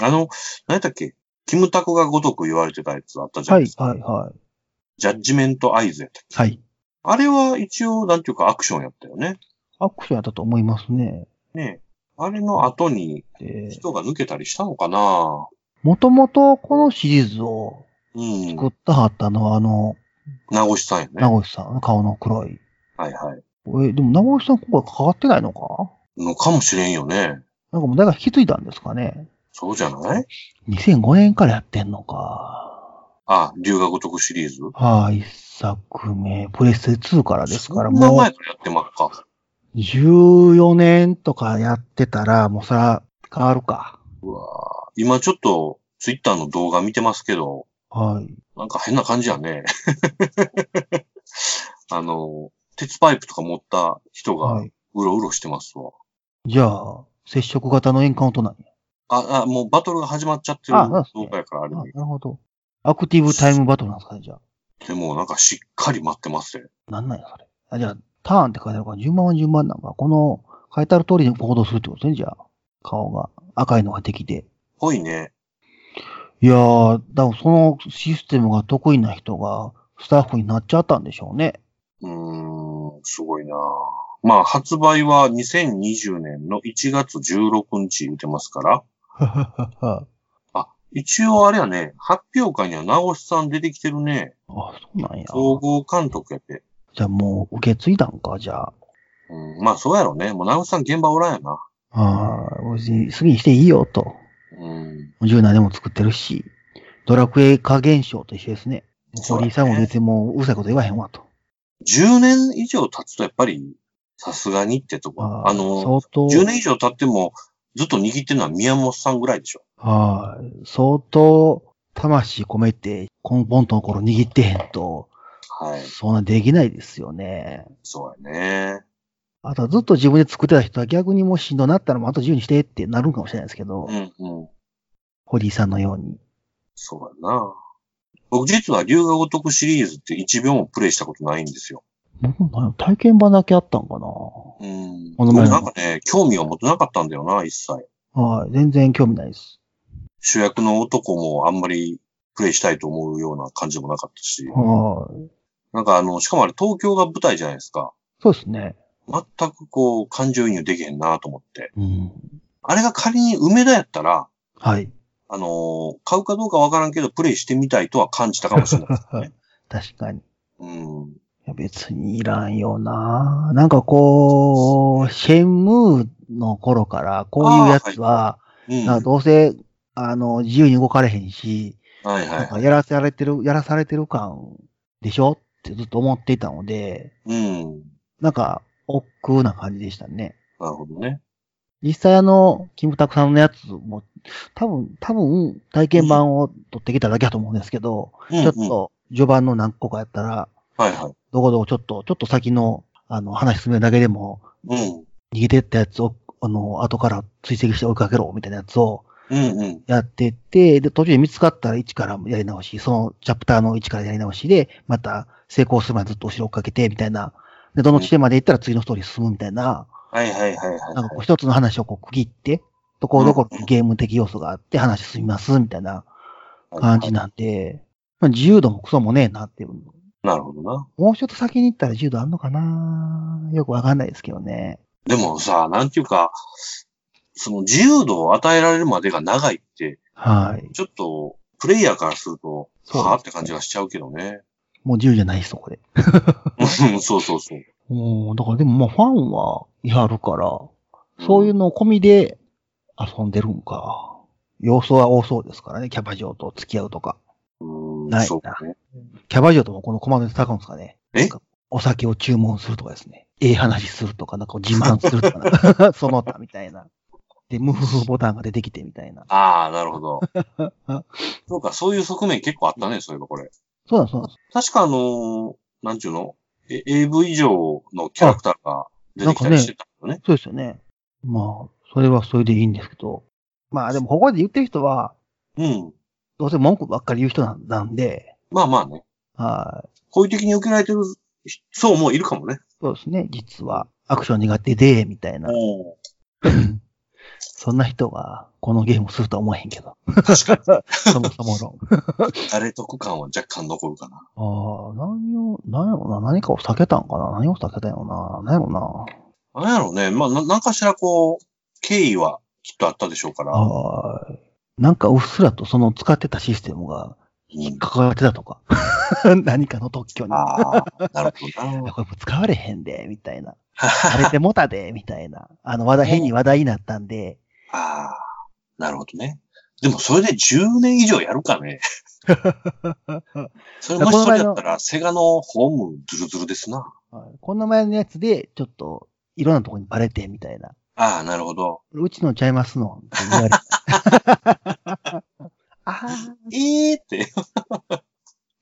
Speaker 1: あの、何やったっけキムタクがごとく言われてたやつあったじゃな
Speaker 2: はいい
Speaker 1: ですか。
Speaker 2: はいはい。
Speaker 1: ジャッジメントアイズやったっけ
Speaker 2: はい。
Speaker 1: あれは一応、なんていうかアクションやったよね。
Speaker 2: アクションやったと思いますね。
Speaker 1: ねえあれの後に
Speaker 2: で、
Speaker 1: 人が抜けたりしたのかな
Speaker 2: もともとこのシリーズを
Speaker 1: うん。
Speaker 2: 作ったはったのは、あの、
Speaker 1: 名越さんやね。
Speaker 2: 名越さん、顔の黒い。
Speaker 1: はいはい。
Speaker 2: え、でも名越さん今回関わってないのか
Speaker 1: のかもしれんよね。
Speaker 2: なんかもう誰か引き継いだんですかね。
Speaker 1: そうじゃない
Speaker 2: 2005年からやってんのか。
Speaker 1: あ、留学得シリーズ。
Speaker 2: はい、一作目。プレステ2からですから、
Speaker 1: そんな
Speaker 2: も
Speaker 1: 前
Speaker 2: う
Speaker 1: からやってまっか。
Speaker 2: 14年とかやってたら、もうそら変わるか。
Speaker 1: うわぁ今ちょっと、ツイッターの動画見てますけど、
Speaker 2: はい。
Speaker 1: なんか変な感じやね。 あの、鉄パイプとか持った人が
Speaker 2: は、い。
Speaker 1: うろうろしてますわ。
Speaker 2: じゃあ、接触型のエンカウントなんや。
Speaker 1: あ、あ、もうバトルが始まっちゃってる
Speaker 2: あそうですね
Speaker 1: 動画やから、あれ
Speaker 2: あな
Speaker 1: も
Speaker 2: るほど。アクティブタイムバトルなんですかね、じゃあ。
Speaker 1: でもなんかしっかり待ってますね。
Speaker 2: なんなんや、それ。あ、じゃあ、ターンって書いてあるから、順番は順番なんか、この、書いてある通りに行動するってことですね、じゃあ。顔が。赤いのが敵で。
Speaker 1: ぽいね。
Speaker 2: いやー、だからそのシステムが得意な人が、スタッフになっちゃったんでしょうね。
Speaker 1: うーん、すごいなぁまあ、発売は2020年の1月16日言ってますから、
Speaker 2: あ、
Speaker 1: 一応あれやね、発表会には直しさん出てきてるね。
Speaker 2: そうなんや。
Speaker 1: 総合監督やって。
Speaker 2: じゃあもう受け継いだんか、じゃあ。
Speaker 1: うん、まあ、そうやろうね。もう直しさん現場おらんやな。
Speaker 2: ああ、別に好きにしていいよと。
Speaker 1: うん。
Speaker 2: 十何年も作ってるし、ドラクエ化現象と一緒ですね。
Speaker 1: そうだ
Speaker 2: 堀井さんも
Speaker 1: ね
Speaker 2: 別にもううるさいこと言わへんわと。
Speaker 1: 10年以上経つとやっぱり、さすがにってとこ。
Speaker 2: あ
Speaker 1: あ
Speaker 2: ー
Speaker 1: の、
Speaker 2: 相当、
Speaker 1: 10年以上経ってもずっと握ってるのは宮本さんぐらいでしょ。
Speaker 2: はい。相当、魂込めて、このボントの頃握ってへんと、
Speaker 1: はい。
Speaker 2: そんなできないですよね。
Speaker 1: そうやね。
Speaker 2: あとはずっと自分で作ってた人は逆にもうしんどなったらもうあと自由にしてってなるんかもしれないですけど、
Speaker 1: うんうん。
Speaker 2: 堀井さんのように。
Speaker 1: そうやな。僕実は龍が如くシリーズって1秒もプレイしたことないんですよ。
Speaker 2: 僕もなんか体験版だけあったんかな
Speaker 1: うん。
Speaker 2: この
Speaker 1: 僕
Speaker 2: 前の
Speaker 1: なんかね、興味を持てなかったんだよな、一切。
Speaker 2: はい。全然興味ないです。
Speaker 1: 主役の男もあんまりプレイしたいと思うような感じでもなかったし。
Speaker 2: はい。
Speaker 1: なんかあの、しかもあれ東京が舞台じゃないですか。
Speaker 2: そうですね。
Speaker 1: 全くこう、感情移入できへんなと思って。
Speaker 2: うん。
Speaker 1: あれが仮に梅田やったら、
Speaker 2: はい。
Speaker 1: あのー買うかどうかわからんけど、プレイしてみたいとは感じたかもしれないです ね。
Speaker 2: 確かに。い
Speaker 1: うん。
Speaker 2: や別にいらんよななんかこう、シェンムーの頃から、こういうやつは、
Speaker 1: うん。
Speaker 2: なんかどうせ、あの、自由に動かれへんし、
Speaker 1: はいは
Speaker 2: なん
Speaker 1: い。
Speaker 2: かやらされてる、やらされてる感でしょってずっと思っていたので、
Speaker 1: うん。
Speaker 2: なんか、億劫な感じでしたね。
Speaker 1: なるほどね。
Speaker 2: 実際あの、キムタクさんのやつも、多分、多分、体験版を取ってきただけだと思うんですけど、
Speaker 1: うん、
Speaker 2: ちょっ
Speaker 1: うん。
Speaker 2: と、序盤の何個かやったら、
Speaker 1: はいはい。
Speaker 2: どこどこちょっと、ちょっと先の、あの、話進めるだけでも、
Speaker 1: うん。
Speaker 2: 逃げてったやつを、あの、後から追跡して追いかけろ、みたいなやつを
Speaker 1: うんうん。
Speaker 2: やってて、で、途中で見つかったら1からやり直し、そのチャプターの1からやり直しで、また成功するまでずっと後ろ追っかけて、みたいな。で、どの地点まで行ったら次のストーリー進むみたいな。
Speaker 1: はいはいはい
Speaker 2: なんか
Speaker 1: は。
Speaker 2: こう一つの話をこう区切って、ところどころにゲーム的要素があって話進みます、みたいない感じなんで、まあ自由度もクソもねえなっていう。
Speaker 1: なるほどな。
Speaker 2: もうちょっと先に行ったら自由度あんのかなよくわかんないですけどね。
Speaker 1: でもさ、なんていうか、その自由度を与えられるまでが長いって、
Speaker 2: はい。
Speaker 1: ちょっと、プレイヤーからすると、
Speaker 2: そう
Speaker 1: はぁって感じがしちゃうけどね。
Speaker 2: もう自由じゃないです、そこで。
Speaker 1: うん そうそうそう。
Speaker 2: うん、だからでもまあファンはやるから、そういうの込みで遊んでるんか。要素は多そうですからね、キャバ嬢と付き合うとか。
Speaker 1: うん、
Speaker 2: ないな
Speaker 1: そうね。
Speaker 2: キャバ嬢ともこのコマンドで使うんですかね。
Speaker 1: え
Speaker 2: なんかお酒を注文するとかですね。ええ話するとか、なんか自慢するとかなんか、その他みたいな。で、ムフフボタンが出てきてみたいな。
Speaker 1: ああ、なるほ ど
Speaker 2: あ。
Speaker 1: そうか、そういう側面結構あったね、そういえばこれ。
Speaker 2: そうなんです、そうなんで
Speaker 1: 確かあのーなんちゅうのえ ?AV 以上のキャラクターが出てきたりしてたのね。
Speaker 2: す。そうですよね。まあ、それはそれでいいんですけど。まあでも、ここで言ってる人は、
Speaker 1: うん。
Speaker 2: どうせ文句ばっかり言う人なんなんで、
Speaker 1: まあまあね。
Speaker 2: はい。
Speaker 1: 好意的に受けられてる層もいるかもね。
Speaker 2: そうですね。実は、アクション苦手で、みたいな。そんな人が、このゲームをするとは思えへん けど。
Speaker 1: 確か
Speaker 2: そもそも論。
Speaker 1: に。誰得感は若干残るかな。
Speaker 2: ああ、何を、何やろな、何かを避けたんかな、何を避けたんやろな、何やろな。
Speaker 1: なんやろうね。まあ、ななんかしらこう、経緯はきっとあったでしょうから。
Speaker 2: ああ、なんかうっすらとその使ってたシステムが
Speaker 1: う
Speaker 2: 引っ
Speaker 1: ん、
Speaker 2: かかってたとか、 何かの特許に。い
Speaker 1: ああ、なるほど
Speaker 2: や
Speaker 1: な。
Speaker 2: これもう使われへんで、み たいな。あれでもたで、みたいな。あの、話題、変に話題になったんで、
Speaker 1: ああ、なるほどね。でもそれで10年以上やるか ね。それもしそれやったら、セガのホームズルズルですな。
Speaker 2: はいこんな前のやつで、ちょっと、いろんなとこにバレて、みたいな。
Speaker 1: ああ、なるほど。
Speaker 2: うちのちゃいますの、って 言われた。ああ、
Speaker 1: ええって。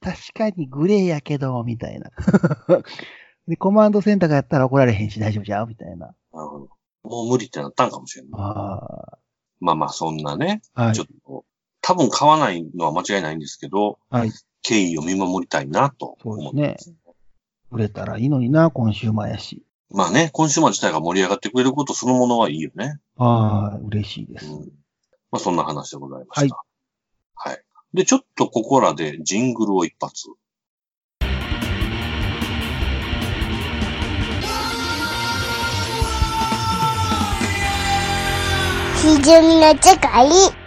Speaker 2: 確かにグレーやけど、みたいな。 で、コマンド選択やったら怒られへんし大丈夫じゃんみたいな。
Speaker 1: なるほど。もう無理ってなったんかもしれない。
Speaker 2: あ
Speaker 1: まあまあ、そんなね。
Speaker 2: あ。は
Speaker 1: ちょっと、多分買わないのは間違いないんですけど、
Speaker 2: はい
Speaker 1: 経緯を見守りたいなと
Speaker 2: そうで
Speaker 1: 思っ
Speaker 2: す
Speaker 1: て
Speaker 2: ね。売れたらいいのにな、今週前やし。
Speaker 1: まあね、コンシューマー自体が盛り上がってくれることそのものはいいよね。
Speaker 2: ああ、嬉しいで
Speaker 1: う
Speaker 2: す。
Speaker 1: ん。まあそんな話でございました。はい。で、ちょっとここらでジングルを一発。
Speaker 3: ひじみの世界。